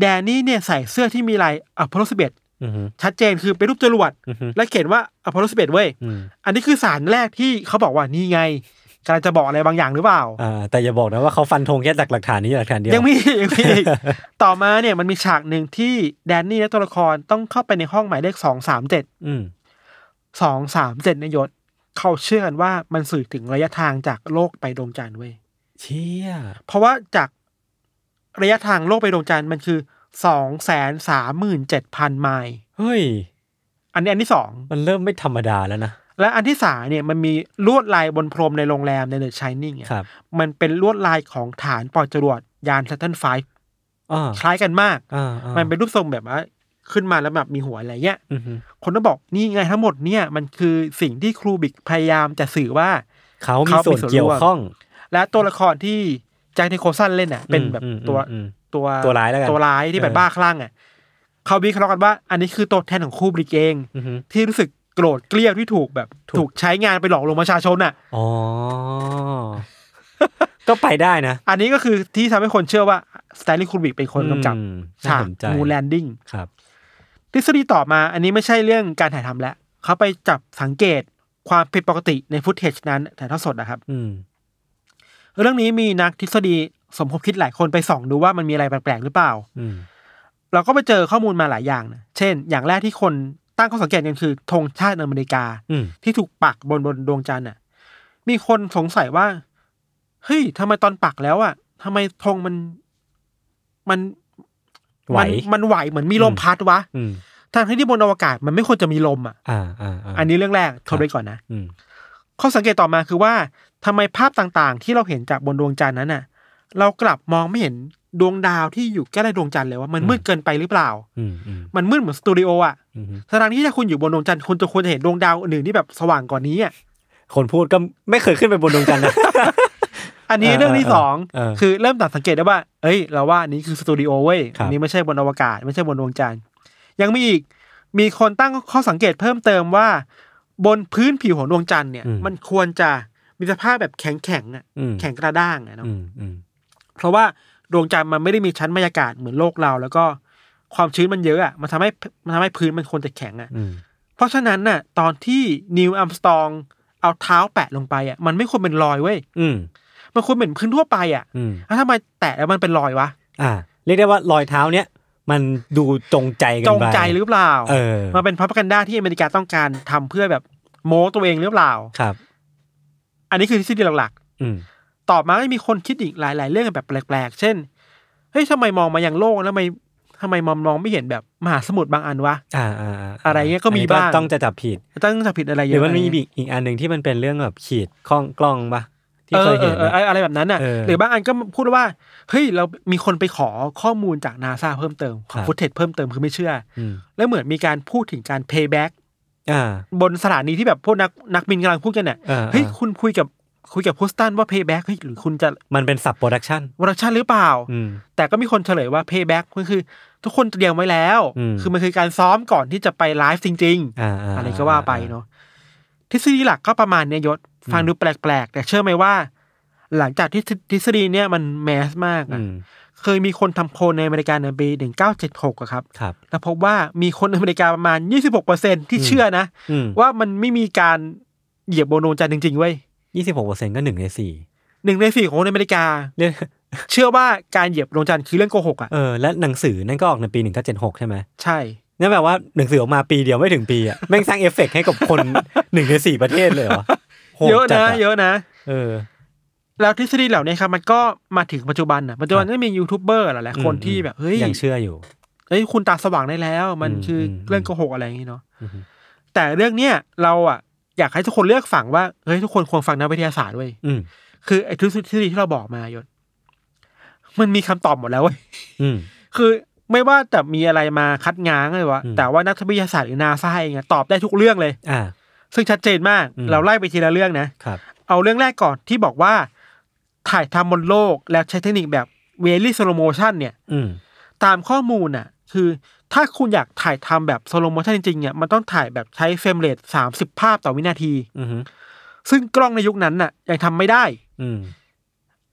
Speaker 2: แดนนี่เนี่ยใส่เสื้อที่มีลายอพอลโลสิบเอ็ด
Speaker 1: อือฮึ
Speaker 2: ชัดเจนคือเป็นรูปจรวด
Speaker 1: อือฮึ
Speaker 2: และเขียนว่าอพอลโลสิบเอ็ดเว้ย
Speaker 1: อืม
Speaker 2: อันนี้คือสารแรกที่เขาบอกว่านี่ไงกำลังจะบอกอะไรบางอย่างหรือเปล่า
Speaker 1: อ่าแต่อย่าบอกนะว่าเขาฟันธงแค่จากหลักฐานนี้หลักฐานเดียว
Speaker 2: ยังมี [laughs] ยังมีอีกต่อมาเนี่ยมันมีฉากหนึ่งที่แดนนี่และตัวละครต้องเข้าไปในห้องหมายเลขสองสามเจ็ด
Speaker 1: อืม
Speaker 2: สองสามเจ็ดนยศเขาเชื่อกันว่ามันสื่อถึงระยะทางจากโลกไปดวงจันทร์เว้ย
Speaker 1: เชี่ย
Speaker 2: เพราะว่าจากระยะทางโลกไปดวงจันทร์มันคือสองแสนสามหมื่นเจ็ดพันไมล์
Speaker 1: เฮ้ย
Speaker 2: อันนี้อันที่สอง
Speaker 1: มันเริ่มไม่ธรรมดาแล้วนะ
Speaker 2: และอันที่สามเนี่ยมันมีลวดลายบนพรมในโรงแรมในเดอะชายนิ่ง
Speaker 1: ครับ
Speaker 2: มันเป็นลวดลายของฐานปล่อยจรวดยาน Saturn V
Speaker 1: อ่า
Speaker 2: คล้ายกันมาก
Speaker 1: อ่า
Speaker 2: มั
Speaker 1: มัน
Speaker 2: เป็นรูปทรงแบบว่า ขึ้นมาแล้วแบบมีหัวอะไรเงี้ย
Speaker 1: อือฮึ
Speaker 2: คนก็บอกนี่ไงทั้งหมดเนี่ยมันคือสิ่งที่ครูบิกพยายามจะสื่อว่า
Speaker 1: เขามี
Speaker 2: เขามี
Speaker 1: ส่วน
Speaker 2: ส่วนร่วม
Speaker 1: เกี่ยวข้อง
Speaker 2: และตัวละครที่แจ็คนิโคลสันเล่นอ่ะ เป็นแบบ
Speaker 1: อืมอืม
Speaker 2: ตัว
Speaker 1: อืม
Speaker 2: ตัว
Speaker 1: ตัวร้ายแล้วกัน
Speaker 2: ตัวร้ายที่แบบ
Speaker 1: เออ
Speaker 2: บ้าคลั่งอ่ะเขาวิเคราะห์กันว่า อันนี้คือตัวแทนของครูบิกเอง
Speaker 1: อือฮึ
Speaker 2: ที่รู้สึกโกรธเกลียวที่ถูกแบบ
Speaker 1: ถูก
Speaker 2: ถูกใช้งานไปหลอกลวงประชาชนอ่ะ
Speaker 1: อ๋อ
Speaker 2: [laughs]
Speaker 1: ก็ไปได้นะ
Speaker 2: อันนี้ก็คือที่ทำให้คนเชื่อว่าสแตนลีย์คูบิกเป็นคนกำกับ
Speaker 1: อืม
Speaker 2: ฉาก
Speaker 1: น่สนใจ
Speaker 2: มูแลนดิ้ง
Speaker 1: ครับ
Speaker 2: ทฤษฎีต่อมาอันนี้ไม่ใช่เรื่องการถ่ายทำแล้วเขาไปจับสังเกตความผิดปกติในฟุตเทจนั้นถ่ายทอดสดนะครับ
Speaker 1: อืม
Speaker 2: เรื่องนี้มีนักทฤษฎีสมคบคิดหลายคนไปส่องดูว่ามันมีอะไรแปลกๆหรือเปล่า
Speaker 1: อืม
Speaker 2: เราก็ไปเจอข้อมูลมาหลายอย่างนะเช่น อย่างแรกที่คนตั้งข้อสังเกตกันคือธงชาติอเมริกา
Speaker 1: อืม
Speaker 2: ที่ถูกปักบนบนดวงจันทร์น่ะ มีคนสงสัยว่า เฮ้ยทำไมตอนปักแล้วอ่ะทำไมธงมันมัน
Speaker 1: ไหว
Speaker 2: มันมันไหวเหมือนมีลม
Speaker 1: อืม
Speaker 2: พัดวะ
Speaker 1: อืม
Speaker 2: ทางที่บนอวกาศมันไม่ควรจะมีลมอ่ะ
Speaker 1: อ่าอ่าา
Speaker 2: อันนี้เรื่องแรกทบไปก่อนนะ
Speaker 1: อืม
Speaker 2: ข้อสังเกตต่อมาคือว่าทำไมภาพต่างๆ ที่เราเห็นจากบนดวงจันทร์นั้นน่ะ เรากลับมองไม่เห็นดวงดาวที่อยู่ใกล้ๆดวงจันทร์เลยว่ามัน
Speaker 1: อืม
Speaker 2: มืดเกินไปหรือเปล่า
Speaker 1: อืมอืม
Speaker 2: มันมืดเหมือนสตูดิโออ่ะ
Speaker 1: อืม
Speaker 2: ทางที่ถ้าคุณอยู่บนดวงจันทร์คุณจะควรจะเห็นดวงดาวอื่นๆที่แบบสว่างกว่านี้อ่ะ
Speaker 1: คนพูดก็ไม่เคยขึ้นไปบนดวงจันทร์
Speaker 2: [laughs]
Speaker 1: นะ
Speaker 2: อันนี้
Speaker 1: เออ
Speaker 2: เรื่องที่
Speaker 1: เออ
Speaker 2: สอง
Speaker 1: เออ
Speaker 2: คือเริ่มตัดสังเกตได้ว่า เอ้ย เราว่าอันนี้คือสตูดิโอเว้ย
Speaker 1: ครับ
Speaker 2: อันนี้ไม่ใช่บนอวกาศ ไม่ใช่บนดวงจันทร์ยังมีอีกมีคนตั้งข้อสังเกตเพิ่มเติมว่า บนพื้นผิวของดวงจันทร์เนี่ย มันควรจะมีสภาพแบบแข็งแข็งๆอะ
Speaker 1: อืม
Speaker 2: แข็งกระด้างอะเนาะ
Speaker 1: อืมอืม
Speaker 2: เพราะว่าดวงจันทร์มันไม่ได้มีชั้นบรรยากาศเหมือนโลกเรา แล้วก็ความชื้นมันเยอะอะมันทำให้มันทำให้พื้นมันควรจะแข็งอะ
Speaker 1: อืม
Speaker 2: เพราะฉะนั้นน่ะ ตอนที่นิวอัมสตองเอาเท้าแปะลงไปอะมันไม่ควรเป็นรอยเว้ย
Speaker 1: อืม
Speaker 2: มันควรเป็นพื้นทั่วไปอะ
Speaker 1: อืม
Speaker 2: แล้วทำไมแตะแล้วมันเป็นรอยวะ
Speaker 1: อ่า เรียกได้ว่ารอยเท้าเนี้ยมันดูจงใจกัน
Speaker 2: จ
Speaker 1: ไป
Speaker 2: งใจหรือเปล่า
Speaker 1: เออ
Speaker 2: มันเป็นพับกันด้าที่อเมริกาต้องการทำเพื่อแบบโม้ตัวเองหรือเปล่า
Speaker 1: ครับ
Speaker 2: อันนี้คือทฤษฎีหลัก
Speaker 1: อืม
Speaker 2: ๆ ต่อมาก็มีคนคิดอีกหลาย ๆ เรื่องแบบแปลกๆ เช่นเฮ้ยทำไมมองมาอย่างโลกแล้วทำไมทำไมมองมองไม่เห็นแบบมหาสมุทรบางอันวะ
Speaker 1: อ่าอ่าา
Speaker 2: อะไรเงี้ยก็มีบ้าง
Speaker 1: ต้องจะจับผิด
Speaker 2: ต้องจะผิดอะไร
Speaker 1: ห
Speaker 2: เยอะ
Speaker 1: รือมันมี
Speaker 2: ะไร
Speaker 1: อีกอีกอันหนึ่งที่มันเป็นเรื่องแบบขีดข้องกล้องปะที่
Speaker 2: เอ
Speaker 1: เค
Speaker 2: อย เอ
Speaker 1: เห็น
Speaker 2: อเออ
Speaker 1: อะ
Speaker 2: เอออะไรแบบนั้นอ่ะ
Speaker 1: เออ
Speaker 2: หรือบางอันก็พูดว่าเฮ้ยเรามีคนไปขอข้อมูลจากนาซาเพิ่มเติมขอ
Speaker 1: ครับ
Speaker 2: ฟุตเทจเพิ่มเติมคือไม่เชื่อ
Speaker 1: อืม
Speaker 2: แล้วเหมือนมีการพูดถึงการเพย์แบ็ก
Speaker 1: อ่า
Speaker 2: บนสถานีที่แบบพวกนักนักบินกำลังพูดกันเนี่ย
Speaker 1: อ่า
Speaker 2: เฮ้ยคุณคุยกับคุยกับพุสตันว่า payback เฮ้ยหรือคุณจะ
Speaker 1: มันเป็นสับโปรดักชัน
Speaker 2: วอร์ชันหรือเปล่า
Speaker 1: อืม
Speaker 2: แต่ก็มีคนเฉลยว่า payback มันคือ ทุกคนเตรียมไว้แล้ว
Speaker 1: อืม
Speaker 2: คือมันคือการซ้อมก่อนที่จะไปไลฟ์จริง
Speaker 1: อ่าา
Speaker 2: ๆ อะไรก็ว่าไปเนาะทฤษฎีหลักก็ประมาณเนี้ยยศฟังดูแปลก ๆ แต่เชื่อไหมว่า หลังจากที่ทฤทฤษฎีเนี่ยมันแมสมากอะ
Speaker 1: อืม
Speaker 2: เคยมีคนทำโพลในอเมริกาในปี 1976อะครับ
Speaker 1: ครับ
Speaker 2: แล้วพบว่ามีคนอเมริกาประมาณ 26%ที่เชื่อนะ
Speaker 1: อืม
Speaker 2: ว่ามันไม่มีการเหยียบบนดวงจันทร์จริงๆเว้ย
Speaker 1: ยี่สิบหกเปอร์เซ็นต์ก็หนึ่งในสี่
Speaker 2: หนึ่งในสี่ของคนอเมริกา
Speaker 1: เรื่อง
Speaker 2: เชื่อว่าการเหยียบดวงจันทร์คือเรื่องโกหกอ่ะ
Speaker 1: เออและหนังสือนั่นก็ออกในปีหนึ่งเก้าเจ็ดหกใช่ไหม
Speaker 2: ใช่
Speaker 1: นั่นแปลว่าหนังสือออกมาปีเดียวไม่ถึงปี
Speaker 2: [laughs]
Speaker 1: อ่ะ แม่งสร้างเอฟเฟกต์ให้กับคน [laughs] หนึ่งในสี่ประเทศเลยเหรอโหด
Speaker 2: เยอะ
Speaker 1: จัด
Speaker 2: นะเยอะนะ
Speaker 1: เออ
Speaker 2: แล้วทฤษฎีเหล่านี้ครับมันก็มาถึงปัจจุบันอ่ะปัจจุบันก็มียูทูบเบอร์หลายๆคน
Speaker 1: อืม
Speaker 2: ที่แบบเฮ้ย
Speaker 1: ยังเชื่ออยู่
Speaker 2: เฮ้ยคุณตาสว่างได้แล้ว มัน
Speaker 1: อืม
Speaker 2: คืออ
Speaker 1: ม
Speaker 2: เรื่องโกหกอะไรอย่างนี้เนาะ
Speaker 1: อือฮึ
Speaker 2: แต่เรื่องเนี้ยเราอ่ะอยากให้ทุกคนเลือกฝั่งว่าเฮ้ยทุกคนควรฟังนักวิทยาศาสตร์เว้ย
Speaker 1: อืม
Speaker 2: คือไอ้ทฤษฎีที่เราบอกมายศมันมีคำตอบหมดแล้วเว้ย
Speaker 1: อืม
Speaker 2: คือไม่ว่าแต่มีอะไรมาคัดง้างเลยวะ
Speaker 1: อืม
Speaker 2: แต่ว่านักวิทยาศาสตร์หรือนาซาเองอะตอบได้ทุกเรื่องเลย
Speaker 1: อ่า
Speaker 2: ซึ่งชัดเจนมาก
Speaker 1: อืม
Speaker 2: เราไล่ไปทีละเรื่องนะ
Speaker 1: ครับ
Speaker 2: เอาเรื่องแรกก่อนที่บอกว่า ถ่ายทำบนโลกแล้วใช้เทคนิคแบบเวลี่สโลโมชันเนี่ย
Speaker 1: อืม
Speaker 2: ตามข้อมูลน่ะ คือถ้าคุณอยากถ่ายทำแบบสโลโมชันจริงๆเนี่ยมันต้องถ่ายแบบใช้เฟรมเรทสามสิบภาพต่อวินาที
Speaker 1: อืม
Speaker 2: ซึ่งกล้องในยุคนั้นน่ะยังทำไม่ได้
Speaker 1: อืม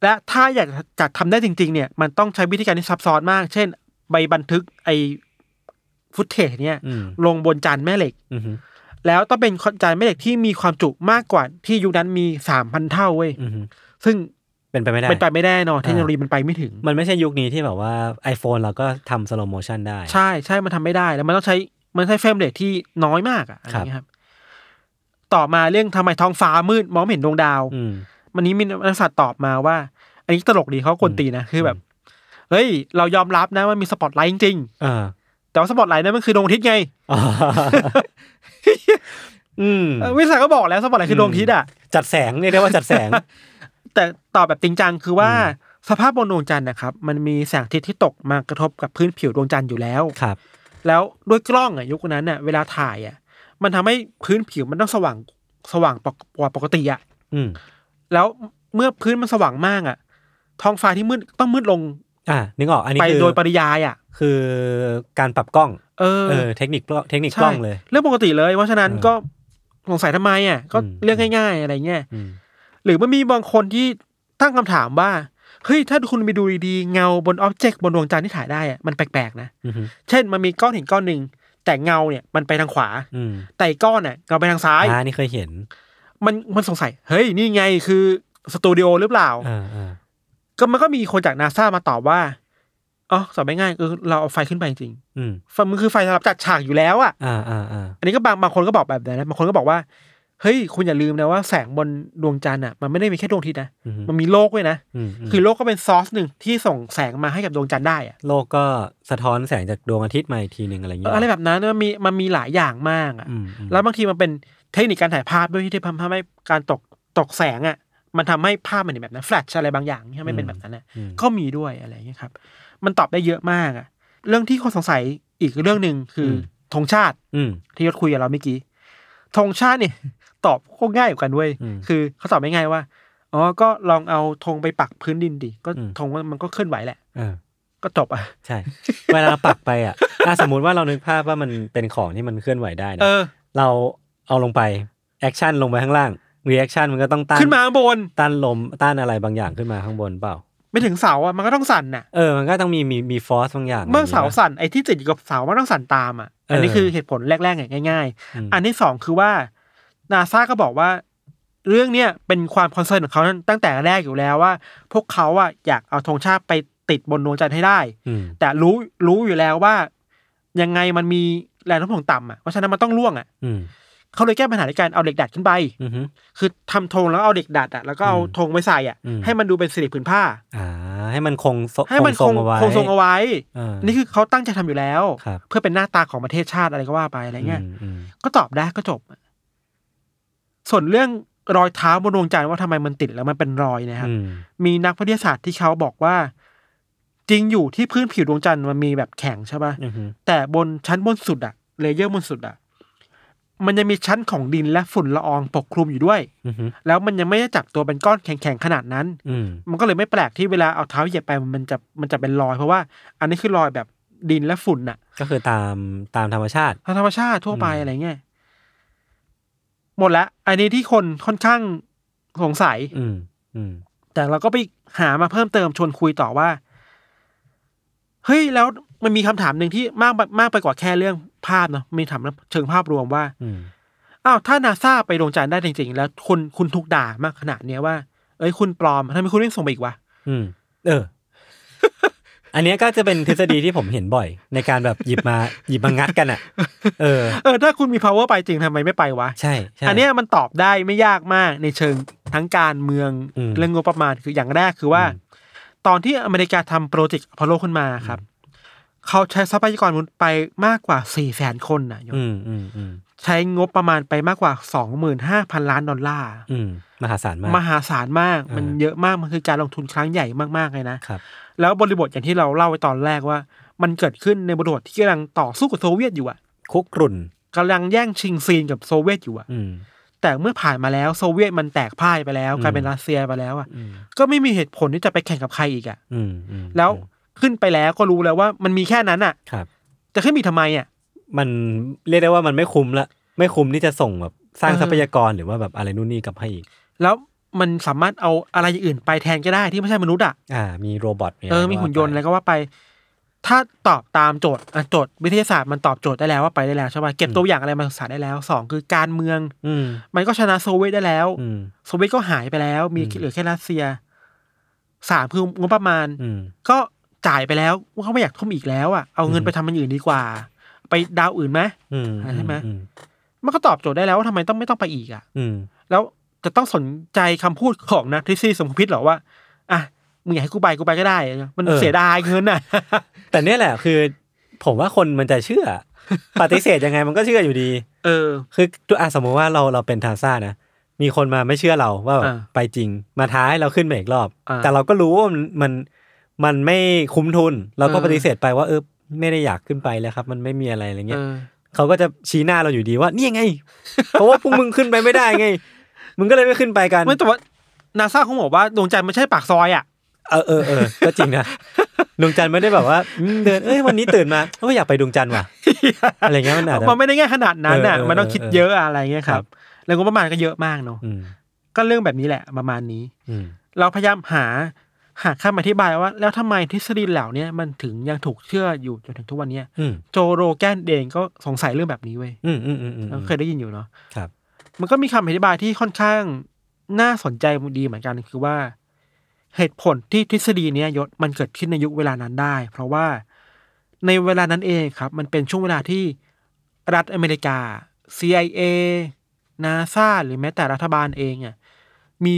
Speaker 2: และถ้าอยากจะทำได้จริง ๆ เนี่ย มันต้องใช้วิธีการที่ซับซ้อนมาก เช่น ใบบันทึกไอฟุตเทจเนี่ย
Speaker 1: อืม
Speaker 2: ลงบนจานแม่เหล็ก
Speaker 1: อืม
Speaker 2: แล้วต้องเป็นจานแม่เหล็กที่มีความจุมากกว่าที่ยุคนั้นมีสามพันเท่าเว้ย
Speaker 1: อืม
Speaker 2: ซึ่ง
Speaker 1: เป็นไปไม่ได้
Speaker 2: เป็นไปไม่ได้เนอะเทคโนโลยีมันไปไม่ถึง
Speaker 1: มันไม่ใช่ยุคนี้ที่แบบว่า iPhone เราก็ทำสโลโมชันได้
Speaker 2: ใช่ใช่มันทำไม่ได้แล้วมันต้องใช้มันใช้เฟรมเรทที่น้อยมากอะอะไร
Speaker 1: ครับ
Speaker 2: เงี้ยครับ ต่อมาเรื่องทำไมท้องฟ้ามืด มองไม่เห็นดวงดาว
Speaker 1: อืม
Speaker 2: วันนี้มีนักศึกษาตอบมาว่า อันนี้ตลกดีเขากวนตีนนะคือแบบ เฮ้ย เรายอมรับนะว่ามีสปอตไลท์จริง
Speaker 1: เอ
Speaker 2: [laughs]
Speaker 1: อ
Speaker 2: ๆแต่ว่าสปอตไลท์นั้นมันคือดวงอาทิตย์ไง
Speaker 1: อ๋ออืม
Speaker 2: เออวิทยาศาสตร์ก็บอกแล้วสปอตไลท์คือดวงอาทิตย์อะ
Speaker 1: จัดแสงเรียกได้ว่าจัดแสง
Speaker 2: แต่ตอบแบบจริงจังคือว่าสภาพบนดวงจันทร์นะครับ มันมีแสงอาทิตย์ที่ตกมากระทบกับพื้นผิวดวงจันทร์อยู่แล้ว
Speaker 1: ครับ
Speaker 2: แล้วด้วยกล้องอะยุคนั้นน่ะเวลาถ่ายอะมันทำให้พื้นผิวมันต้องสว่างสว่างปกกว่าปกติอะ
Speaker 1: อืม
Speaker 2: แล้วเมื่อพื้นมันสว่างมากอะท้องฟ้าที่มืดต้องมืดลง
Speaker 1: อ่านึกออกอันนี้
Speaker 2: ไป
Speaker 1: คือ
Speaker 2: โดยปริยายอะ
Speaker 1: คือการปรับกล้อง
Speaker 2: เออ
Speaker 1: เออเทคนิคกล้องเทคนิคกล้องเลย
Speaker 2: เรื่องปกติเลย เพราะฉะนั้น
Speaker 1: เออ
Speaker 2: ก็สงสัยทำไมอ่ะก็
Speaker 1: อืม
Speaker 2: เรื่องง่าย ๆ อะไรเงี้ย
Speaker 1: อืม
Speaker 2: หรือมันมีบางคนที่ตั้งคำถามว่าเฮ้ยถ้าคุณไปดูดีๆเงาบนอ็อบเจกต์บนดวงจันทร์ที่ถ่ายได้อ่ะมันแปลกๆนะ
Speaker 1: อืม
Speaker 2: เช่นมันมีก้อนหินก้อนหนึ่งแต่เงาเนี่ยมันไปทางขวา
Speaker 1: อืม
Speaker 2: แต่อีกก้อนเนี่ยเงาไปทางซ้าย
Speaker 1: อ่านี่เคยเห็น
Speaker 2: มันมันสงสัย เฮ้ยนี่ไงคือสตูดิโอหรือเปล่า
Speaker 1: อ่าอ่า
Speaker 2: ก็มันก็มีคนจากนาซามาตอบว่าอ๋อตอบไม่ง่ายคือเราเอาไฟขึ้นไปจริง
Speaker 1: อืม
Speaker 2: ๆไฟมันคือไฟสำหรับจัดฉากอยู่แล้วอ่ะ
Speaker 1: อ่าอ่าอ่า
Speaker 2: อันนี้ก็บางบางคนก็บอกแบบนั้นนะบางคนก็บอกว่า เฮ้ย คุณอย่าลืมนะว่าแสงบนดวงจันทร์อ่ะมันไม่ได้มีแค่ดวงอาทิตย์นะ
Speaker 1: อืม
Speaker 2: มันมีโลกด้วยนะ
Speaker 1: อืมม
Speaker 2: คือโลกก็เป็นซอร์สหนึ่งที่ส่งแสงมาให้กับดวงจันทร์ได้อะ
Speaker 1: โลกก็สะท้อนแสงจากดวงอาทิตย์มาอีกทีหนึ่งอะไรอย่าง
Speaker 2: เอ
Speaker 1: เงี้
Speaker 2: อย อะไรแบบนั้นมันมีมันมีหลายอย่างมากอ่ะ
Speaker 1: อืมอืม
Speaker 2: แล้วบางทีมันเป็นเทคนิคการถ่ายภาพด้วยที่ทำให้การตกตกแสงอ่ะมันทำให้ภาพมันเห็นแบบนั้นแฟลชอะไรบางอย่างที่ไม่เป็นแบบนั้นนะ
Speaker 1: อืม
Speaker 2: ก็มีด้วยอะไรอย่างเงี้ยครับ มันตอบได้เยอะมากอ่ะ เรื่องที่คนสงสัยอีกเรื่องหนึ่งคืออธงชาติ
Speaker 1: อืม
Speaker 2: ที่ยศคุยกับเราเมื่อกี้ธงชาติเนี่ย [laughs] ตอบโคตรง่ายเหมือนกันเว้ย
Speaker 1: อืม
Speaker 2: คือเขาตอบไม่ง่ายๆว่าอ๋อก็ลองเอาธงไปปักพื้นดินดิก็
Speaker 1: อืม
Speaker 2: ธงมันมันก็เคลื่อนไหวแหละ
Speaker 1: เออ
Speaker 2: ก็จบอ่ะ
Speaker 1: ใช่
Speaker 2: [laughs]
Speaker 1: เวลาเราปักไปอ่ะอ่ะ สมมุติว่าเรานึกภาพว่ามันเป็นของที่มันเคลื่อนไหวได้นะ
Speaker 2: เออ
Speaker 1: เราเอาลงไปแอคชั่นลงไปข้างล่างรีแอคชั่นมันก็ต้องต้าน
Speaker 2: ขึ้นมาข้างบน
Speaker 1: ต้านลมต้านอะไรบางอย่างขึ้นมาข้างบนเปล่า
Speaker 2: ไม่ถึงเสาอ่ะมันก็ต้องสั่นน่ะ
Speaker 1: เออ มันก็ต้องมีมีมีฟอสบางอย่าง
Speaker 2: เมื่อเสา
Speaker 1: ะไรย่งงี้ย
Speaker 2: สั่นไอ้ที่ติดอยู่กับเสามันต้องสั่นตามอ่ะ อันนี้
Speaker 1: เออ
Speaker 2: คือเหตุผลแรกๆอย่างง่าย
Speaker 1: อืม
Speaker 2: ๆ อันที่สองคือว่านาซาก็บอกว่า เรื่องเนี้ยเป็นความคอนเซิร์นของเขาตั้งแต่แรกอยู่แล้วว่า พวกเขาอ่ะอยากเอาธงชาติไปติดบนดวงจันทร์ให้ได้
Speaker 1: อืม
Speaker 2: แต่รู้รู้อยู่แล้วว่า ยังไงมันมีแรงโน้มถ่วงต่ำอ่ะเพราะฉะนั้นมันต้องล่วงอ่ะ
Speaker 1: อืม
Speaker 2: เขาเลยแก้ปัญหาด้วยการเอาเหล็กดัดขึ้นไป
Speaker 1: อืม
Speaker 2: คือทำธงแล้วเอาเหล็กดัดอ่ะแล้วก็เอา
Speaker 1: อืม
Speaker 2: ธงไปใส่อ่ะ
Speaker 1: อืม
Speaker 2: ให้มันดูเป็นสิริผืนผ้า
Speaker 1: อ่า ให้มันคงทรง
Speaker 2: ให้มัน
Speaker 1: ท
Speaker 2: ค
Speaker 1: รง
Speaker 2: ง
Speaker 1: เอาไว้
Speaker 2: คงทรงเอาไว้
Speaker 1: อ่า
Speaker 2: นี่คือเขาตั้งใจทำอยู่แล้ว
Speaker 1: ครับ
Speaker 2: เพื่อเป็นหน้าตาของประเทศชาติอะไรก็ว่าไปอะไรเงี้ย
Speaker 1: มอืม
Speaker 2: ก็ตอบได้ก็จบ ส่วนเรื่องรอยเท้าบนดวงจันทร์ว่าทำไมมันติดแล้วมันเป็นรอยนะครับ
Speaker 1: อืม
Speaker 2: มีนักวิทยาศาสตร์ที่เขาบอกว่า จริงอยู่ที่พื้นผิวดวงจันทร์มันมีแบบแข็งใช่ปะ
Speaker 1: อืม
Speaker 2: แต่บนชั้นบนสุดอะเลเยอร์บนสุดอะมันยังมีชั้นของดินและฝุ่นละอองปกคลุมอยู่ด้วย
Speaker 1: อืม
Speaker 2: แล้วมันยังไม่ได้จับตัวเป็นก้อนแข็งๆขนาดนั้น
Speaker 1: อืม
Speaker 2: มันก็เลยไม่แปลกที่เวลาเอาเท้าเหยียบไปมันจะมันจะเป็นรอยเพราะว่า อันนี้คือรอยแบบดินและฝุ่นอะ
Speaker 1: ก็คือตามตามธรรมชาติ
Speaker 2: ทางธรรมชาติทั่วไป
Speaker 1: อืม
Speaker 2: อะไรเงี้ยหมดละอันนี้ที่คนค่อนข้างสงสัย
Speaker 1: อืมอืม
Speaker 2: แต่เราก็ไปหามาเพิ่มเติมชวนคุยต่อว่า เฮ้ยแล้วมันมีคำถามหนึ่งที่มากมากไปกว่าแค่เรื่องภาพเนาะมีถามเชิงภาพรวมว่า
Speaker 1: อืม
Speaker 2: อ้าวถ้านาซาไปดวงจันทร์ได้จริงๆ แล้วคุณคุณถูกด่ามากขนาดเนี้ยว่า เอ้ยคุณปลอมทำไมคุณเร่งส่งไปอีกวะ
Speaker 1: อืมเอ
Speaker 2: [laughs]
Speaker 1: อ อันเนี้ยก็จะเป็นทฤษฎีที่ผมเห็นบ่อย ในการแบบหยิบมาหยิบมางัดกันอ่ะ เออ
Speaker 2: เออถ้าคุณมี power ไปจริงทำไมไม่ไปวะ
Speaker 1: ใช่ใช่
Speaker 2: อันเนี้ยมันตอบได้ไม่ยากมากในเชิงทั้งการเมือง
Speaker 1: อืม
Speaker 2: เรื่องงบประมาณคืออย่างแรกคือว่า
Speaker 1: อืม
Speaker 2: ตอนที่อเมริกาทำโปรเจกต์อพอลโลขึ้นมาครับ เขาใช้ทรัพยากรมนุษย์ไปมากกว่า4ี่แสนคนนะโยม
Speaker 1: อืมอืมอืม
Speaker 2: ใช้งบประมาณไปมากกว่า 25,000 ล้านดอลลาร์
Speaker 1: อืมมหาศาลมาก
Speaker 2: มหาศาลมาก
Speaker 1: อ่ามั
Speaker 2: มันเยอะมากมันคือการลงทุนครั้งใหญ่มากๆเลยนะ
Speaker 1: ครับ
Speaker 2: แล้วบริบทอย่างที่เราเล่าไว้ตอนแรกว่า มันเกิดขึ้นในบริบทที่กำลังต่อสู้กับโซเวียตอยู่อะ
Speaker 1: คุกรุ่น
Speaker 2: กำลังแย่งชิงซีนกับโซเวียตอยู่อะ
Speaker 1: อืม
Speaker 2: แต่เมื่อผ่านมาแล้วโซเวียตมันแตกพ่ายไปแล้ว
Speaker 1: อืม
Speaker 2: กลายเป็นรัสเซียไปแล้วอะ
Speaker 1: อืม
Speaker 2: ก็ไม่มีเหตุผลที่จะไปแข่งกับใครอีกอะ
Speaker 1: อืมอืม
Speaker 2: แล้วขึ้นไปแล้วก็รู้แล้วว่ามันมีแค่นั้นอะ
Speaker 1: ครับ
Speaker 2: จะขึ้นมีกทำไมอะ
Speaker 1: มันเรียกได้ว่ามันไม่คุ้มละ ไม่คุ้มที่จะส่งแบบสร้างทรัพยากรหรือว่าแบบอะไรนู่นนี่กลับให้อีก
Speaker 2: แล้วมันสามารถเอาอะไรอย่างอื่นไปแทนก็ได้ที่ไม่ใช่มนุษย์อะ
Speaker 1: อ่า มีโรบอทะไร
Speaker 2: เออมีหุ่นยนต์อะไร
Speaker 1: ว่าไป
Speaker 2: ก็ว่าไป ถ้าตอบตามโจทย์อ่ะโจทย์วิทยาศาสตร์มันตอบโจทย์ได้แล้วว่าไปได้แล้วใช่ป่ะเก็บตัวอย่างอะไรมาศึกษาได้แล้วสองคือการเมือง
Speaker 1: อืม
Speaker 2: มันก็ชนะโซเวียตได้แล้ว
Speaker 1: อืม
Speaker 2: โซเวียตก็หายไปแล้ว มี
Speaker 1: อืม
Speaker 2: เหลือแค่รัสเซียสามคืองบประมาณ
Speaker 1: อืม
Speaker 2: ก็จ่ายไปแล้วเขาไม่อยากทุ่มอีกแล้วอ่ะเอาเงิน
Speaker 1: อืม
Speaker 2: ไปทำมันอื่นดีกว่า ไปดาวอื่นไหม
Speaker 1: อืม
Speaker 2: ใช่ไหม
Speaker 1: อืม
Speaker 2: มันก็ตอบโจทย์ได้แล้วว่าทำไมต้องไม่ต้องไปอีกอ่ะ
Speaker 1: อืม
Speaker 2: แล้วจะต้องสนใจคำพูดของนะทฤษฎีสมคบคิดเหรอว่าอ่ะมึงอยากให้กูไปกูไปก็ได้ มัน
Speaker 1: เออ
Speaker 2: เสียดายเงินน่ะ
Speaker 1: แต่เนี่ยแหละคือ ผมว่าคนมันจะเชื่อ
Speaker 2: [laughs]
Speaker 1: ปฏิเสธยังไงมันก็เชื่ออยู่ดี
Speaker 2: เออ
Speaker 1: คือตัวอ่ะสมมติว่าเราเราเป็นทาซ่านะ มีคนมาไม่เชื่อเราว่าแบบ
Speaker 2: อ่า
Speaker 1: ไปจริงมาท้าให้เราขึ้นไปอีกรอบ
Speaker 2: อ่า
Speaker 1: แต่เราก็รู้ว่ามันมันมันไม่คุ้มทุน เราก็
Speaker 2: เออ
Speaker 1: ปฏิเสธไปว่าเออ ไม่ได้อยากขึ้นไปแล้วครับ มันไม่มีอะไรอะไร
Speaker 2: เอ
Speaker 1: เงี้ย
Speaker 2: อ
Speaker 1: เขาก็จะชี้หน้าเราอยู่ดีว่าเนี่ยไง เพราะว่าพวกมึงขึ้นไปไม่ได้ไง มึงก็เลยไม่ขึ้นไปกัน
Speaker 2: ไม่แต่ว่านาซาคงบอกว่าดวงจันทร์ไม่ใช่ปากซอยอ่ะ
Speaker 1: เออเออเออก็จริงนะดวงจันทร์ไม่ได้แบบว่าอืมเดินเอ้ยวันนี้ตื่นมาเอ้ยอยากไปดวงจันทร์ว่ะ อะไรเงี้ยมันอาจจะ
Speaker 2: มันไม่ได้ง่ายขนาดนั้นอ่ะ
Speaker 1: เออเออ
Speaker 2: มันต้องคิดเยอะอะไรเงี้ยครั
Speaker 1: ครับ บ
Speaker 2: แล้วงบประมาณก็เยอะมากเนาะ
Speaker 1: อืม
Speaker 2: ก็เรื่องแบบนี้แหละประมาณนี้
Speaker 1: อืม
Speaker 2: เราพยายามหาหาคำอธิบายว่า แล้วทำไมทฤษฎีเหล่าเนี้ยมันถึงยังถูกเชื่ออยู่จนถึงทุกวันเนี้ย
Speaker 1: อืม
Speaker 2: โจโรแกนเองก็สงสัยเรื่องแบบนี้เว้ย
Speaker 1: อืมอืมอืมอืม
Speaker 2: เราเคยได้ยินอยู่เนาะ
Speaker 1: ครับ
Speaker 2: มันก็มีคำอธิบายที่ค่อนข้างน่าสนใจดีเหมือนกันคือว่า เหตุผลที่ทฤษฎีเนี้ยยศมันเกิดขึ้นในยุคเวลานั้นได้ เพราะว่าในเวลานั้นเองครับ มันเป็นช่วงเวลาที่รัฐอเมริกา CIA NASA หรือแม้แต่รัฐบาลเองอ่ะมี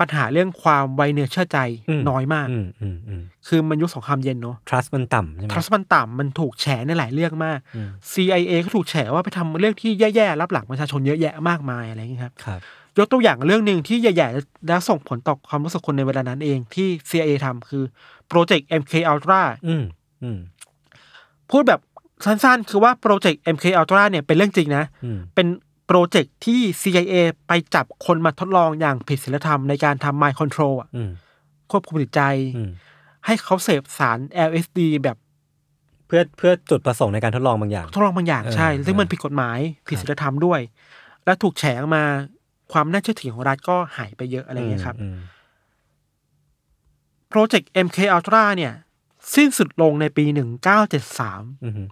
Speaker 2: ปัญหาเรื่องความไวเนื้อเชื่อใจ
Speaker 1: อืม
Speaker 2: น้อยมาก
Speaker 1: อืมอืมอืม
Speaker 2: คือมันยุคสงครามเย็นเนาะ
Speaker 1: trust มันต่ำใช่ไหม
Speaker 2: ทรัสมันต่ำมันถูกแฉในหลายเรื่องมาก
Speaker 1: อืม
Speaker 2: CIA ก็ถูกแฉว่าไปทำเรื่องที่แย่ๆรับหลังประชาชนเยอะแยะมากมายอะไรอย่างนี้ยครับ
Speaker 1: ครับ
Speaker 2: ยกตัวอย่างเรื่องหนึ่งที่ใหญ่ ๆ และส่งผลต่อความรู้สึกคนในเวลานั้นเองที่ CIA ทำคือโปรเจกต์ MK Ultra
Speaker 1: อืมอืม
Speaker 2: พูดแบบสั้นๆ คือว่าโปรเจกต์ MK Ultra เนี่ยเป็นเรื่องจริงนะ
Speaker 1: อืม
Speaker 2: เป็นโปรเจกต์ที่ CIA ไปจับคนมาทดลองอย่างผิดศีลธรรมในการทำ mind control อะ
Speaker 1: อืม
Speaker 2: ควบคุมจิตใจ
Speaker 1: อืม
Speaker 2: ให้เขาเสพสาร LSD แบบ
Speaker 1: เพื่อเพื่อจุดประสงค์ในการทดลองบางอย่าง
Speaker 2: ทดลองบางอย่างใช่
Speaker 1: เออ
Speaker 2: ซึ่งมันผิดกฎหมายผิดศีลธรรมด้วย และถูกแฉออกมาความน่าเชื่อถือของรัฐก็หายไปเยอะอะไรอย่างเงี้ยครับ
Speaker 1: ม
Speaker 2: โปรเจกต์ MK Ultra เนี่ย สิ้นสุดลงในปี 1973
Speaker 1: อืมอืม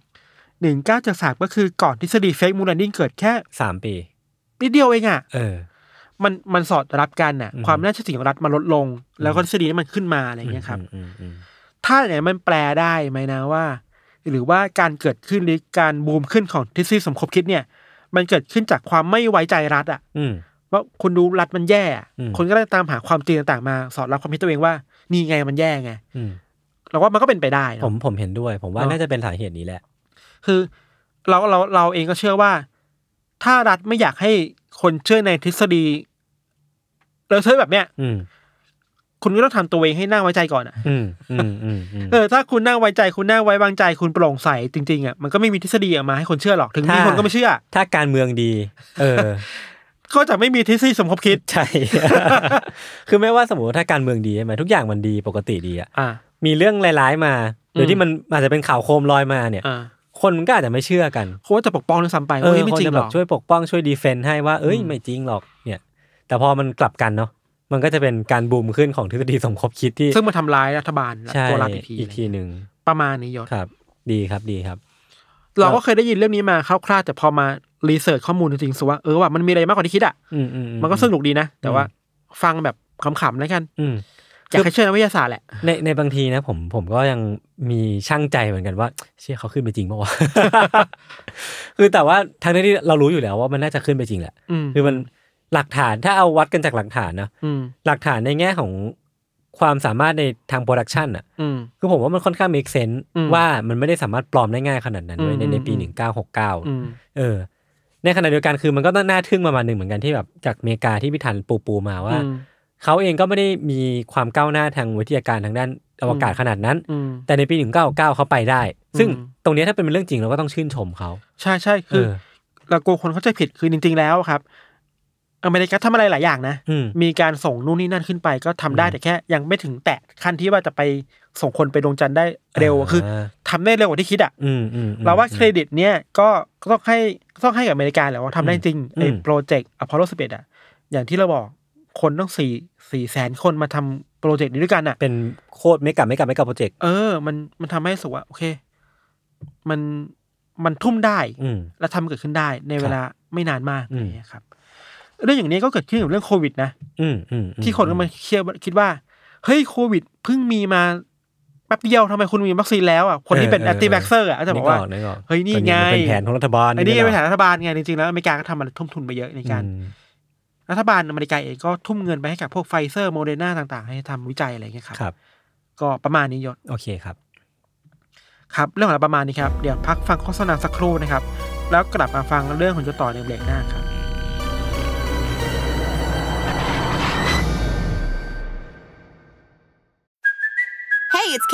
Speaker 2: 1973 ก็คือก่อนทฤษฎีเฟกมูลันดิ้งเกิดแค่
Speaker 1: สามปี
Speaker 2: นิดเดียวเองอะ่ะ
Speaker 1: เออ
Speaker 2: มันมันสอดรับกันน่ะ
Speaker 1: อืม
Speaker 2: ความน่าเชื่อถือของรัฐมันลดลง แล้วก็ทฤษฎีนี้มันขึ้นมาอะไรอย่างเงี้ยครับ
Speaker 1: อืมอืม
Speaker 2: ถ้าไหนมันแปลได้ไหมนะว่า หรือว่าการเกิดขึ้นหรือการบูมขึ้นของทฤษฎีสมคบคิดเนี่ย มันเกิดขึ้นจากความไม่ไว้ใจรัฐอ่ะ
Speaker 1: อืม
Speaker 2: ว่าคุณดูรัฐมันแย่อะ
Speaker 1: อืม
Speaker 2: คนก็เลยตามหาความจริงต่างๆมา สอดรับความคิดตัวเองว่านี่ไงมันแย่ไง
Speaker 1: อืม
Speaker 2: เราว่ามันก็เป็นไปได้เนอะ
Speaker 1: ผมผมเห็นด้วย ผมว่า
Speaker 2: เนอะ
Speaker 1: น่าจะเป็นสาเหตุนี้แหละ
Speaker 2: คือเราเราเราเองก็เชื่อว่า ถ้ารัฐไม่อยากให้คนเชื่อในทฤษฎีเราเชื่อแบบเนี้ย
Speaker 1: อืม
Speaker 2: คุณก็ต้องทำตัวเองให้น่าไว้ใจก่อนอะ
Speaker 1: อืมอืมอืมอืม
Speaker 2: เออถ้าคุณน่าไว้ใจคุณน่าไว้วางใจ คุณโปร่งใสจริงๆอ่ะมันก็ไม่มีทฤษฎีออกมาให้คนเชื่อหรอก [laughs] ถึงมีคนก็ไม่เชื่อ
Speaker 1: ถ้าการเมืองดี เออ
Speaker 2: ก็จะไม่มีทฤษฎีสมคบคิด
Speaker 1: ใช่ [laughs] คือไม่ว่าสมมติว่าถ้าการเมืองดีใช่ไหมทุกอย่างมันดีปกติดีอะ
Speaker 2: อ่า
Speaker 1: มีเรื่องร้ายๆมาหรืออ
Speaker 2: ม
Speaker 1: ที่มันอาจจะเป็นข่าวโคมลอยมาเนี่ย
Speaker 2: อ่า
Speaker 1: คนมันก็อาจจะไม่เชื่อกัน
Speaker 2: โค้ชจะปกป้องด้วยซ้ำไป
Speaker 1: เออ
Speaker 2: ว่าเฮ้ยไม่
Speaker 1: คน
Speaker 2: จริง
Speaker 1: จะ
Speaker 2: ห
Speaker 1: แบ
Speaker 2: ร
Speaker 1: บอก ช่วยปกป้องช่วยดีเฟนต์ให้ว่าเอ้ย
Speaker 2: อืม
Speaker 1: ไม่จริงหรอกเนี่ย แต่พอมันกลับกันเนาะมันก็จะเป็นการบูมขึ้นของทฤษฎีสมคบคิดที่
Speaker 2: ซึ่งมาทำร้ายรัฐบาล
Speaker 1: ใช่
Speaker 2: ตัวรัฐอีกที
Speaker 1: อีกทีหนึ่ง
Speaker 2: ประมาณนี้ยศ
Speaker 1: ครับ ดีครับดีครับ
Speaker 2: เราก็เคยได้ยินเรื่องนี้มาคร่าวๆแต่พอมารีเสิร์ชข้อมูลจริงๆสุว่าเออว่ามันมีอะไรมากกว่าที่คิดอ่ะ
Speaker 1: อืมอือื
Speaker 2: มันก็สนุกดีนะ แต่ว่าฟังแบบขำๆแล้วกัน
Speaker 1: อืม
Speaker 2: อยากให้เชื่อนักวิทยาศาสตร์แหละ
Speaker 1: ในในบางทีนะผมผมก็ยังมีช่างใจเหมือนกันว่า เชื่อเขาขึ้นไปจริงปะ
Speaker 2: [laughs]
Speaker 1: วะ คือแต่ว่าทางที่เรารู้อยู่แล้วว่ามันน่าจะขึ้นไปจริงแหละ
Speaker 2: อืม
Speaker 1: คือมันหลักฐานถ้าเอาวัดกันจากหลักฐานนะ
Speaker 2: อืม
Speaker 1: หลักฐานในแง่ของความสามารถในทางโปรดักชันอ่ะ
Speaker 2: อืม
Speaker 1: คือผมว่ามันค่อนข้างมีเซนส์
Speaker 2: อืม
Speaker 1: ว่ามันไม่ได้สามารถปลอมได้ง่ายขนาดนั้นเว้ยในในปี
Speaker 2: อืม
Speaker 1: หนึ่งเก้าหกเก้า
Speaker 2: อืม
Speaker 1: เออ ในขณะเดียวกันคือมันก็ต้องน่าทึ่งประมาณหนึ่งเหมือนกันที่แบบจากอเมริกาที่พิธันปูปูมาว่า
Speaker 2: อืม
Speaker 1: เขาเองก็ไม่ได้มีความก้าวหน้าทางวิทยาการทางด้านอวกาศ
Speaker 2: อืม
Speaker 1: ขนาดนั้น
Speaker 2: อืม
Speaker 1: แต่ในปี 199 เขาไปได้ ซึ่ง
Speaker 2: อืม
Speaker 1: ตรงเนี้ยถ้าเป็นเรื่องจริงเราก็ต้องชื่นชมเขา
Speaker 2: ใช่ใช่คือ
Speaker 1: เออ
Speaker 2: เรากลัวคนเข้าใจผิดคือจริง ๆ แล้วครับ อเมริกาทำอะไรหลายอย่างนะ
Speaker 1: อืม
Speaker 2: มีการส่งนู่นนี่นั่นขึ้นไปก็ทำได้
Speaker 1: อืม
Speaker 2: แต่แค่ ยังไม่ถึงแตะขั้นที่ว่าจะไปส่งคนไปดวงจันทร์ได้เร็วคือทำได้เร็วกว่าที่คิดอ่ะ
Speaker 1: อืมอืมอืม
Speaker 2: เราว่าเครดิตเนี่ยก็ก็ต้องให้ก็ต้องให้กับอเมริกาแหละว่าทำได้จริงไอ้
Speaker 1: อืม
Speaker 2: โปรเจกต์อพอลโลสิบเอ็ดอะอย่างที่เราบอกคนต้องสี่สี่แสนคนมาทำโปรเจกต์นี้ด้วยกันอะ
Speaker 1: เป็นโคตรไม่กลับไม่กลับไม่กลับโปรเจกต์
Speaker 2: เออ มันมันทำให้รู้สุว่าโอเค มันมันทุ่มได้
Speaker 1: อืม
Speaker 2: และทำเกิดขึ้นได้ในเวลาไม่นานมาก
Speaker 1: อืม
Speaker 2: อย่างเงี้ยครับ เรื่องอย่างนี้ก็เกิดขึ้นกับเรื่องโควิดนะ
Speaker 1: อืมอืมอื
Speaker 2: ที่คนก็มาเชื่อว่าคิดว่า เฮ้ยโควิดเพิ่งมีมาแป๊บเดียวทำไมคุณมีวัคซีนแล้วอ่ะคนที่เป็นแอนติแบ็กเซอร์อ่ะก็จะบอกว่า
Speaker 1: นึกก
Speaker 2: เฮ้ยนี่ไง
Speaker 1: มัเป็นแผนของรัฐบาล
Speaker 2: ไอ้นี่
Speaker 1: หร
Speaker 2: เป็นฐานรัฐบาลไงจริงๆแล้วอเมริกาก็ทำมันทุ่มทุนไปเยอะในการ
Speaker 1: อืม
Speaker 2: รัฐบาลอเมริกาเองก็ทุ่มเงินไปให้กับพวกไฟเซอร์โมเดอร์นาต่างๆ ให้ทำวิจัยอะไรอย่างเงี้ยครับ
Speaker 1: ครับ
Speaker 2: ก็ประมาณนี้ยศ
Speaker 1: โอเคครับ
Speaker 2: ครับ เรื่องของเราประมาณนี้ครับ เดี๋ยวพักฟังโฆษณาสักครู่นะครับ แล้วกลับมาฟังเรื่องของยศต่อในเบรกหน้าครับ
Speaker 3: Hey, it's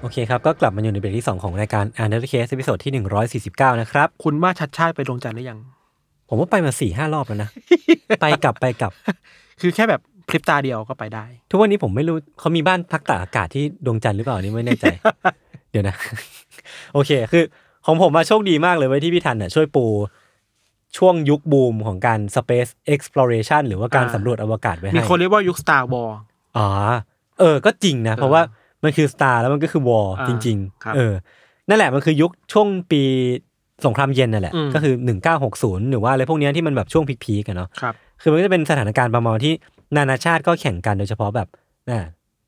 Speaker 1: โอเคครับ ก็กลับมาอยู่ในเบรกที่ 2 ของรายการ u n d e r c a s e ตอนที่ 149 นะครับ
Speaker 2: คุณว่าชัดชาติไปดวงจันทร์หรือยัง
Speaker 1: ผมว่าไปมา4ี่ห้ารอบ
Speaker 2: [laughs]
Speaker 1: แล้วนะ ไปกลับไปกลับ
Speaker 2: คือแค่แบบพริบตาเดียวก็ไปได้
Speaker 1: ทุกวันนี้ผมไม่รู้เขามีบ้านพักตากอากาศที่ดวงจันทร์หรือเปล่าอันนี่ไม่แน่ใจ [laughs] เดี๋ยวนะ [laughs] โอเค คือของผมมาโชคดีมากเลยเว้ยที่พี่ทันน่ะช่วยปูช่วงยุคบูมของการ Space Exploration หรือว่าการ
Speaker 2: อ่า
Speaker 1: สำรวจอวกาศไว้ให้
Speaker 2: มีคนเรียกว่ายุคสตาร์วอ
Speaker 1: อ๋อเออ ก็จริงนะ เพราะว่ามันคือ Star แล้วมันก็คือ War
Speaker 2: อ่า
Speaker 1: จริง
Speaker 2: ครับ
Speaker 1: ๆ เออ นั่นแหละมันคือยุคช่วงปีสงครามเย็นนั่นแหละ
Speaker 2: อืม
Speaker 1: ก็คือ 1960 หรือว่าอะไรพวกเนี้ยที่มันแบบช่วงพีคๆกันเนาะ
Speaker 2: ครับ
Speaker 1: คือมันก็จะเป็นสถานการณ์ประมาณที่นานาชาติก็แข่งกันโดยเฉพาะแบบอ่า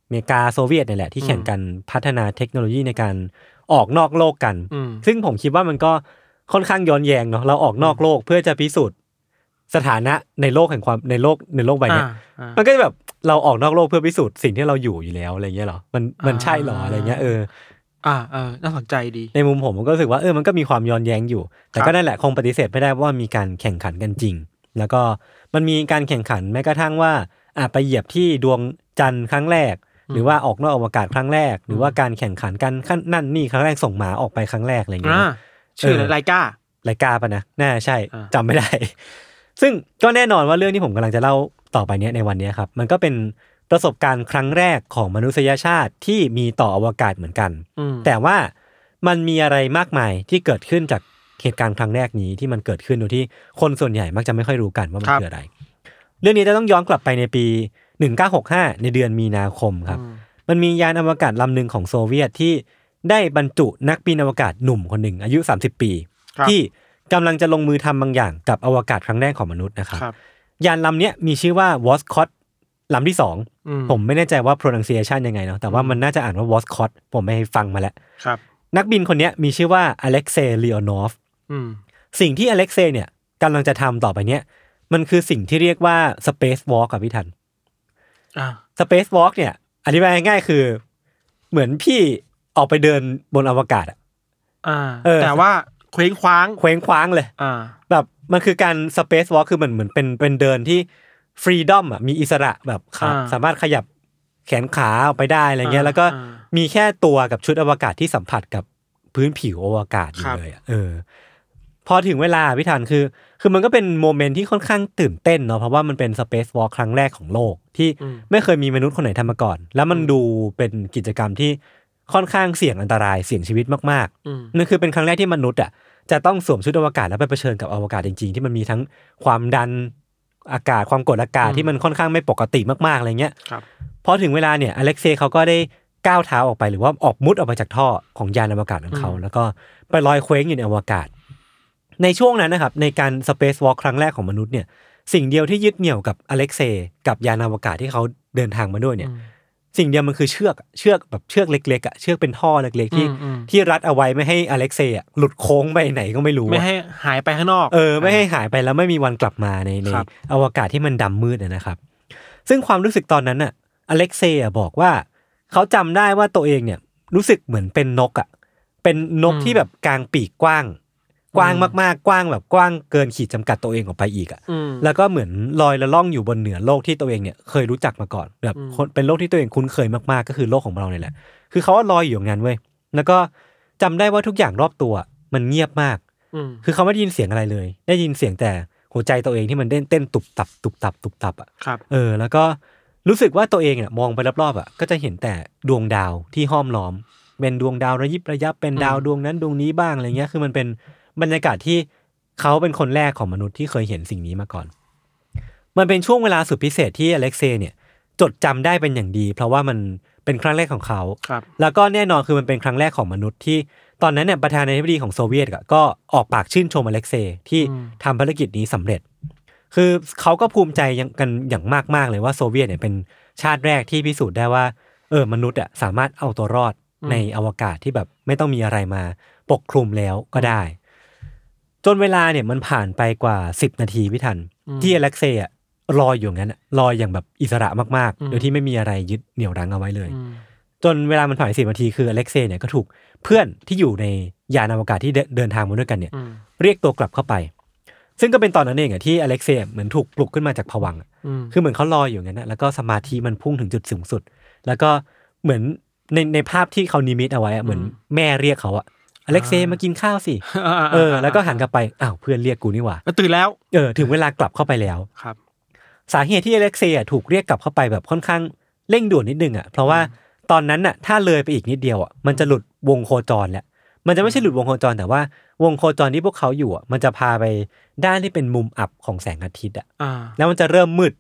Speaker 1: อเมริกาโซเวียตเนี่ยแหละ ที่แข่งกันพัฒนาเทคโนโลยีในการออกนอกโลกกัน
Speaker 2: อืม
Speaker 1: ซึ่งผมคิดว่ามันก็ค่อนข้างย้อนแยงเนาะเราออกนอกโลกเพื่อจะพิสูจน์สถานะในโลกแห่งความในโลกในโลกใบเนี้ย
Speaker 2: อ่าอ่ามั
Speaker 1: มันก็จะแบบเราออกนอกโลกเพื่อพิสูจน์สิ่งที่เราอยู่อยู่แล้วอะไรเงี้ยเหรอมันมันใช่เหรออะไรเงี้ยเออ
Speaker 2: อ่าเออน่าสนใจดี
Speaker 1: ในมุมผมผมก็รู้สึกว่าเออมันก็มีความย้อนแย้งอยู่ แต่
Speaker 2: ครั
Speaker 1: ก็
Speaker 2: บ
Speaker 1: นั่นแหละคงปฏิเสธไม่ได้ว่ามีการแข่งขันกันจริง แล้วก็มันมีการแข่งขันแม้กระทั่งว่าอ่ะไปเหยียบที่ดวงจันทร์ครั้งแรก หรือว่าออกนอกอวกาศครั้งแรก หรือว่าการแข่งขันกันขั้นนั่นนี่ครั้งแรกส่งหมาออกไปครั้งแรกอะไรอย่างเงี้
Speaker 2: อ่าย ชื่อ
Speaker 1: เออ
Speaker 2: ไรก้า
Speaker 1: รายการปะนะน่าใช่
Speaker 2: อ่า
Speaker 1: จำไม่
Speaker 2: [laughs]
Speaker 1: ได้ ซึ่งก็แน่นอนว่าเรื่องที่ผมกำลังจะเล่าต่อไปเนี้ยในวันเนี้ยครับ มันก็เป็นประสบการณ์ครั้งแรกของมนุษยชาติที่มีต่ออวกาศเหมือนกัน
Speaker 2: อืม
Speaker 1: แต่ว่ามันมีอะไรมากมายที่เกิดขึ้นจากเหตุการณ์ครั้งแรกนี้ที่มันเกิดขึ้นโดยที่คนส่วนใหญ่มักจะไม่ค่อยรู้กันว่ามัน
Speaker 2: ครับ
Speaker 1: คืออะไร เรื่องนี้จะต้องย้อนกลับไปในปี 1965 ในเดือนมีนาคมครับ มันมียานอวกาศลำหนึ่งของโซเวียตที่ได้บรรจุนักบินอวกาศหนุ่มคนหนึ่งอายุ 30 ปี
Speaker 2: ครับ
Speaker 1: ที่กำลังจะลงมือทำบางอย่างกับอวกาศครั้งแรกของมนุษย์นะครับ
Speaker 2: ครับ
Speaker 1: ยานลำเนี้ยมีชื่อว่าวอสคอตลำที่สอง
Speaker 2: อื
Speaker 1: ผมไม่แน่ใจว่า pronunciation ยังไงเนาะ แต่ว่ามันน่าจะอ่านว่าวอสคอตผมไม่ฟังมาแล้ว
Speaker 2: ครับ
Speaker 1: นักบินคนเนี้ยมีชื่อว่าอเล็กเซย์เลโอนอฟ
Speaker 2: อืม
Speaker 1: สิ่งที่อเล็กเซย์เนี่ยกำลังจะทำต่อไปเนี้ยมันคือสิ่งที่เรียกว่า Space Walk อะพี่ทัน
Speaker 2: อ่า
Speaker 1: Space Walk เนี่ยอธิบายง่ายๆคือ เหมือนพี่ออกไปเดินบนอวกาศอะ
Speaker 2: อ่า
Speaker 1: เออ
Speaker 2: แต่ว่าเคว้งคว้าง
Speaker 1: เคว้งคว้างเลย
Speaker 2: อ่า
Speaker 1: แบบมันคือการ Space Walk คือเหมือนเหมือนเป็นเป็นเดินที่ฟรีดอมอ่ะมีอิสระแบบขา
Speaker 2: อ่า
Speaker 1: สามารถขยับแขนขาออกไปได้อะไรเงี้ย
Speaker 2: อ่า
Speaker 1: แล้วก็
Speaker 2: อ่า
Speaker 1: มีแค่ตัวกับชุดอวกาศที่สัมผัสกับพื้นผิวอวกาศอยู่
Speaker 2: ครับ
Speaker 1: เลยอะเออ พอถึงเวลาพี่ธันคือ คือมันก็เป็นโมเมนต์ที่ค่อนข้างตื่นเต้นเนาะเพราะว่ามันเป็น Space Walk ครั้งแรกของโลก ที่ไม่เคยมีมนุษย์คนไหนทำมาก่อน แล้วมันดูเป็นกิจกรรมที่ค่อนข้างเสี่ยงอันตรายเสี่ยงชีวิตมาก
Speaker 2: อืม
Speaker 1: ๆนั่นคือเป็นครั้งแรกที่มนุษย์อ่ะจะต้องสวมชุดอวกาศแล้วไปเผชิญกับอวกาศจริงๆ ที่มันมีทั้งความดันอากาศความกดอากาศ
Speaker 2: อืม
Speaker 1: ที่มันค่อนข้างไม่ปกติมากๆอะไรเงี้ย
Speaker 2: ครับ
Speaker 1: พอถึงเวลาเนี่ยอเล็กเซย์เขาก็ได้ก้าวเท้าออกไปหรือว่าออกมุดออกไปจากท่อของยานอวกาศของเขา
Speaker 2: อืม
Speaker 1: แล้วก็ไปลอยเคว้งอยู่ในอวกาศ ในช่วงนั้นนะครับ ในการ Space Walk ครั้งแรกของมนุษย์เนี่ยสิ่งเดียวที่ยึดเหนี่ยวกับอเล็กเซย์กับยานอวกาศที่เขาเดินทางมาด้วยเนี่ย สิ่งเดียวมันคือเชือกเชือกแบบเชือกเล็กๆอะเชือกเป็นท่อเล็กๆที่
Speaker 2: อืมอืม
Speaker 1: ที่รัดเอาไว้ไม่ให้อเล็กเซย์อะหลุดโค้งไปไหนก็ไม่รู้อะ
Speaker 2: ไม่ให้หายไปข้างนอก
Speaker 1: เออไม่ให้หายไปแล้วไม่มีวันกลับมาในใน
Speaker 2: ครับ
Speaker 1: อวกาศที่มันดำมืดอะนะครับ ซึ่งความรู้สึกตอนนั้นน่ะอเล็กเซย์อะบอกว่า เขาจำได้ว่าตัวเองเนี่ยรู้สึกเหมือนเป็นนกอ่ะเป็นนกที่แบบกลางปีกกว้าง กว้างมากๆกว้างแบบกว้างเกินขีดจำกัดตัวเองออกไปอีกอ่ะ
Speaker 2: อืม
Speaker 1: แล้วก็เหมือนลอยละล่องอยู่บนเหนือโลกที่ตัวเองเนี่ยเคยรู้จักมาก่อนแบบคนเป็นโลกที่ตัวเองคุ้นเคยมากๆก็คือโลกของเราเนี่ยแหละ คือเขาว่าลอยอยู่อย่างนั้นเว้ยแล้วก็จำได้ว่าทุกอย่างรอบตัวมันเงียบมาก
Speaker 2: อืม
Speaker 1: คือเขาไม่ได้ยินเสียงอะไรเลย ได้ยินเสียงแต่หัวใจตัวเองที่มันเต้นเต้นตุบตับตุบตับตุบตับอ่ะ
Speaker 2: ครับ
Speaker 1: เออ แล้วก็รู้สึกว่าตัวเองเนี่ยมองไปรอบๆอ่ะก็จะเห็นแต่ดวงดาวที่ห้อมล้อม เป็นดวงดาวระยิบระยับเป็นดาวดวงนั้นดวงนี้บ้างอะไรเงี้ยคือมันเป็นบรรยากาศที่เขาเป็นคนแรกของมนุษย์ที่เคยเห็นสิ่งนี้มาก่อน มันเป็นช่วงเวลาสุดพิเศษที่อเล็กเซย์เนี่ยจดจำได้เป็นอย่างดี เพราะว่ามันเป็นครั้งแรกของเขา
Speaker 2: ครับ
Speaker 1: แล้วก็แน่นอนคือมันเป็นครั้งแรกของมนุษย์ที่ ตอนนั้นเนี่ยประธานาธิบดีของโซเวียตอะก็ออกปากชื่นชมอเล็กเซย์ที่
Speaker 2: อืม
Speaker 1: ทำภารกิจนี้สำเร็จ คือเขาก็ภูมิใจยังกันอย่างมาก ๆ เลยว่าโซเวียตเนี่ยเป็นชาติแรกที่พิสูจน์ได้ว่า เออมนุษย์อะสามารถเอาตัวรอดในอวกาศที่แบบไม่ต้องมีอะไรมาปกคลุมแล้วก็ได้ จนเวลาเนี่ยมันผ่านไปกว่า 10 นาทีพี่ทัน ที่อเล็กเซย์อะลอยอยูอย่างนั้นอะลอยอย่างแบบอิสระมาก
Speaker 2: อื
Speaker 1: ๆ
Speaker 2: ม
Speaker 1: โดยที่ไม่มีอะไรยึดเหนี่ยวรั้งเอาไว้เลย
Speaker 2: อืม
Speaker 1: จนเวลามันผ่านไปสิบนาทีคืออเล็กเซย์เนี่ยก็ถูกเพื่อนที่อยู่ในยานอวกาศที่เดินเดินทางมาด้วยกันเนี่ย
Speaker 2: อืม
Speaker 1: เรียกตัวกลับเข้าไป ซึ่งก็เป็นตอนนั้นเองอะที่อเล็กเซย์เหมือนถูกปลุกขึ้นมาจากผวังค์อะ
Speaker 2: อืม
Speaker 1: คือเหมือนเขาลอยอยูอย่างนั้นนะแล้วก็สมาธิมันพุ่งถึงจุดสูงสุด แล้วก็เหมือนในในภาพที่เขานิมิตเอาไว้อะเหมือนแม่เรียกเขาอะอเล็กเซย์มากินข้าวสิ
Speaker 2: า
Speaker 1: เออ แล้วก็หันกลับไปอ้าวเพื่อนเรียกกูนี่หว่า
Speaker 2: ตื่นแล้ว
Speaker 1: เออถึงเวลากลับเข้าไปแล้ว
Speaker 2: ครับ
Speaker 1: สาเหตุที่อเล็กเซย์อะถูกเรียกกลับเข้าไปแบบค่อนข้างเร่งด่วนนิดนึงอ่ะเพราะว่าตอนนั้นน่ะถ้าเลยไปอีกนิดเดียวอ่ะมันจะหลุดวงโคจรแหละมันจะไม่ใช่หลุดวงโคจรแต่ว่าวงโคจรที่พวกเขาอยู่อ่ะมันจะพาไปด้านที่เป็นมุมอับของแสงอาทิตย์อ่ะ
Speaker 2: อ่า
Speaker 1: แล้วมันจะเริ่มมืด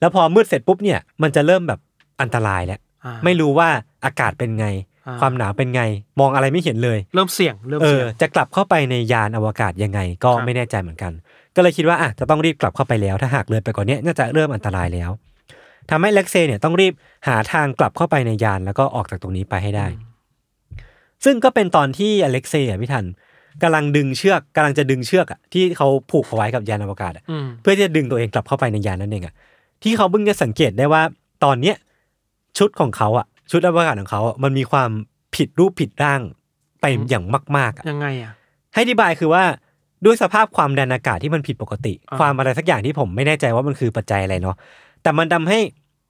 Speaker 1: แล้วพอมืดเสร็จปุ๊บเนี่ยมันจะเริ่มแบบอันตรายแล้ว
Speaker 2: อ่า
Speaker 1: ไม่รู้ว่าอากาศเป็นไง
Speaker 2: อ่า
Speaker 1: ความหนาวเป็นไง มองอะไรไม่เห็นเลย
Speaker 2: เริ่มเสี่ยงเริ่ม
Speaker 1: เอ
Speaker 2: เสี่
Speaker 1: อย
Speaker 2: ง
Speaker 1: จะกลับเข้าไปในยานอวกาศยังไงก็
Speaker 2: ครับ
Speaker 1: ไม่แน่ใจเหมือนกัน ก็เลยคิดว่าอ่ะจะต้องรีบกลับเข้าไปแล้ว ถ้าหากเลยไปกว่อนนี้ยน่าจะเริ่มอันตรายแล้วทำให้เล็กเซย์เนี่ยต้องรีบหาทางกลับเข้าไปในยานแล้วก็ออกจากตรงนี้ไปให้ได้ ซึ่งก็เป็นตอนที่อเล็กเซย์อะพี่ทันกำลังดึงเชือกกำลังจะดึงเชือกอะที่เขาผูกเอาไว้กับยานอวกาศอะ
Speaker 2: อืม
Speaker 1: เพื่อที่จะดึงตัวเองกลับเข้าไปในยานนั่นเองอะที่เขาเพิ่งจะสังเกตได้ว่าตอนเนี้ยชุดของเขาอะชุดอวกาศของเขาอะมันมีความผิดรูปผิดร่างไปอย่างมากๆอะ
Speaker 2: ยังไงอ่ะ
Speaker 1: ให้อธิบายคือว่าด้วยสภาพความดันอากาศที่มันผิดปกติ
Speaker 2: อ่า
Speaker 1: ความอะไรสักอย่างที่ผมไม่แน่ใจว่ามันคือปัจจัยอะไรเนาะแต่มันทำให้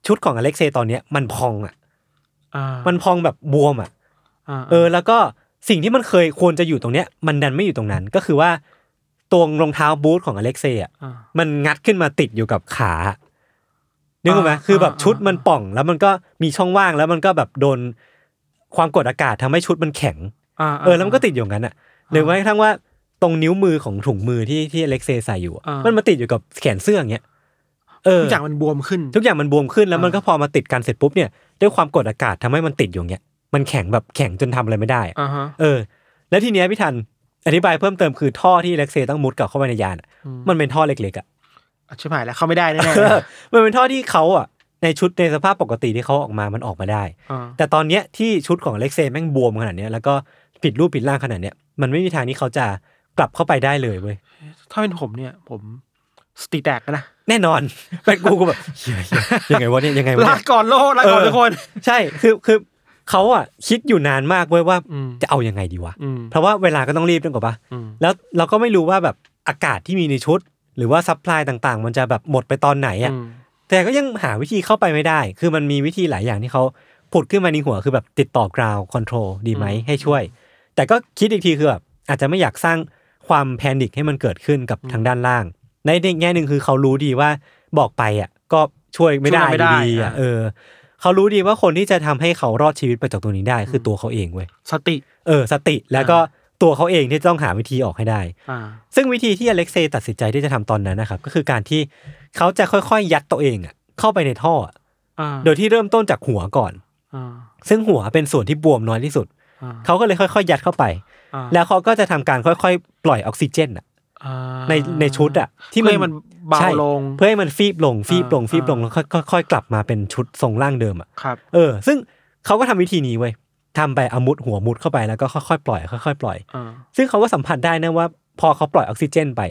Speaker 1: ชุดของอเล็กเซย์ตอนเนี้ยมันพองอ่ะ
Speaker 2: อ่า
Speaker 1: มันพองแบบบวมอ่ะ
Speaker 2: า
Speaker 1: เออแล้วก็สิ่งที่มันเคยควรจะอยู่ตรงเนี้ยมันดันไม่อยู่ตรงนั้นก็คือว่าตัวรองเท้าบูทของอเล็กเซย์อ่ะ
Speaker 2: อ่า
Speaker 1: มันงัดขึ้นมาติดอยู่กับขานึกออกไหม
Speaker 2: อ่า
Speaker 1: คือแบบชุดมัน
Speaker 2: อ่า
Speaker 1: ป่อง แล้วมันก็มีช่องว่างแล้วมันก็แบบโดนความกดอากาศทำให้ชุดมันแข็ง
Speaker 2: อ่า
Speaker 1: เออแล้วมันก็ติดอยู่อย่างนั้นอ่ะหรือแม้กระทั่งว่าตรงนิ้วมือของถุงมือที่ที่อเล็กเซย์ใส่อยู่อะ
Speaker 2: ามั
Speaker 1: มันมาติดอยู่กับแขนเสื้ออย่างเงี้ยเออ
Speaker 2: ทุกอย่างมันบวมขึ้น
Speaker 1: ทุกอย่างมันบวมขึ้นแล้วมัน
Speaker 2: อ่า
Speaker 1: ก็พอมาติดกันเสร็จปุ๊บเนี่ยด้วยความกดอากาศทำให้มันติดอยู่อย่างเงี้ยมันแข็งแบบแข็งจนทำอะไรไม่ได้อะ
Speaker 2: อ่าฮะ
Speaker 1: เออ แล้วทีเนี้ยพี่ทันอธิบายเพิ่มเติมคือท่อที่อเล็กเซย์ต้องมุดกลับเข้าไปในยานอะ
Speaker 2: อืม
Speaker 1: มันเป็นท่อเล็กๆอ่ะ
Speaker 2: อ่ะชิบหายแล้วเข้าไม่ได้แน่
Speaker 1: เออมันเป็นท่อที่เขาอ่ะในชุดในสภาพปกติที่เขาออกมามันออกมาได้
Speaker 2: ๆอ่า
Speaker 1: แต่ตอนเนี้ยที่ชุดของอเล็กเซย์แม่งบวมขนาดเนี้ยแล้วก็ผิดรูปผิดร่างขนาดเนี้ยมันไม่มีทางที่เขาจะกลับเข้าไปได้เลยเว้ย
Speaker 2: ถ้าเป็นผมเนี่ย ผมสติแตกนะ
Speaker 1: แน่นอน เป็นกูกูแบบ [laughs] เหี้ยเหี้ยยังไงวะเนี่ยยังไงวะ
Speaker 2: ลา
Speaker 1: เนี่ย
Speaker 2: ก่อนโลกลาก่อน
Speaker 1: เออ
Speaker 2: ทุกคน
Speaker 1: ใช่คือคือเขาอ่ะคิดอยู่นานมากเว้ยว่า
Speaker 2: อืม
Speaker 1: จะเอายังไงดีวะ
Speaker 2: อืม
Speaker 1: เพราะว่าเวลาก็ต้องรีบด้วยกว่าปะ
Speaker 2: อืม
Speaker 1: แล้วเราก็ไม่รู้ว่าแบบอากาศที่มีในชุด หรือว่าซัพพลายต่างๆ มันจะแบบหมดไปตอนไหนอ่ะ แต่ก็ยังหาวิธีเข้าไปไม่ได้ คือมันมีวิธีหลายอย่างที่เขาผุดขึ้นมาในหัว คือแบบติดต่อกราวคอนโทรลดีไหม
Speaker 2: อืม
Speaker 1: ให้ช่วย แต่ก็คิดอีกทีคือแบบอาจจะไม่อยากสร้างความแพนิคให้มันเกิดขึ้นกับทางด้านล่าง ในอีกแง่หนึ่งคือเขารู้ดีว่าบอกไปอ่ะก็ช่วยไม่ได้อยู่ดีอ่ะเออ เขารู้ดีว่าคนที่จะทำให้เขารอดชีวิตไปจากตรงนี้ได้ คือตัวเขาเองเว้ย
Speaker 2: สติ
Speaker 1: เออ สติ แล้วก็ตัวเขาเองที่ต้องหาวิธีออกให้ได้
Speaker 2: อ่า
Speaker 1: ซึ่งวิธีที่อเล็กเซย์ตัดสินใจที่จะทำตอนนั้นนะครับ ก็คือการที่เขาจะค่อยๆ ยัดตัวเองอะเข้าไปในท่ออะ
Speaker 2: อ่า
Speaker 1: โดยที่เริ่มต้นจากหัวก่อน
Speaker 2: อ่า
Speaker 1: ซึ่งหัวเป็นส่วนที่บวมน้อยที่สุด
Speaker 2: อ่า
Speaker 1: เขาก็เลยค่อยๆ ยัดเข้าไป
Speaker 2: อ่า
Speaker 1: แล้วเขาก็จะทำการค่อยๆ ปล่อยออกซิเจนอะ
Speaker 2: อ่า
Speaker 1: ในในชุดอะที่
Speaker 2: เพื่อให้มันเบา
Speaker 1: ใช่
Speaker 2: ลง
Speaker 1: เพื่อให้มันฟีบลงฟีบลง
Speaker 2: อ่า
Speaker 1: ฟีบลงแล้วค่อยๆกลับมาเป็นชุดทรงร่างเดิมอะ
Speaker 2: ครับ
Speaker 1: เออ ซึ่งเขาก็ทำวิธีนี้เว้ยทำไปเอามุดหัวมุดเข้าไปแล้วก็ค่อยๆปล่อยค่อยๆปล่อย
Speaker 2: อ่า
Speaker 1: ซึ่งเขาก็สัมผัสได้นะว่า พอเขาปล่อยออกซิเจนไป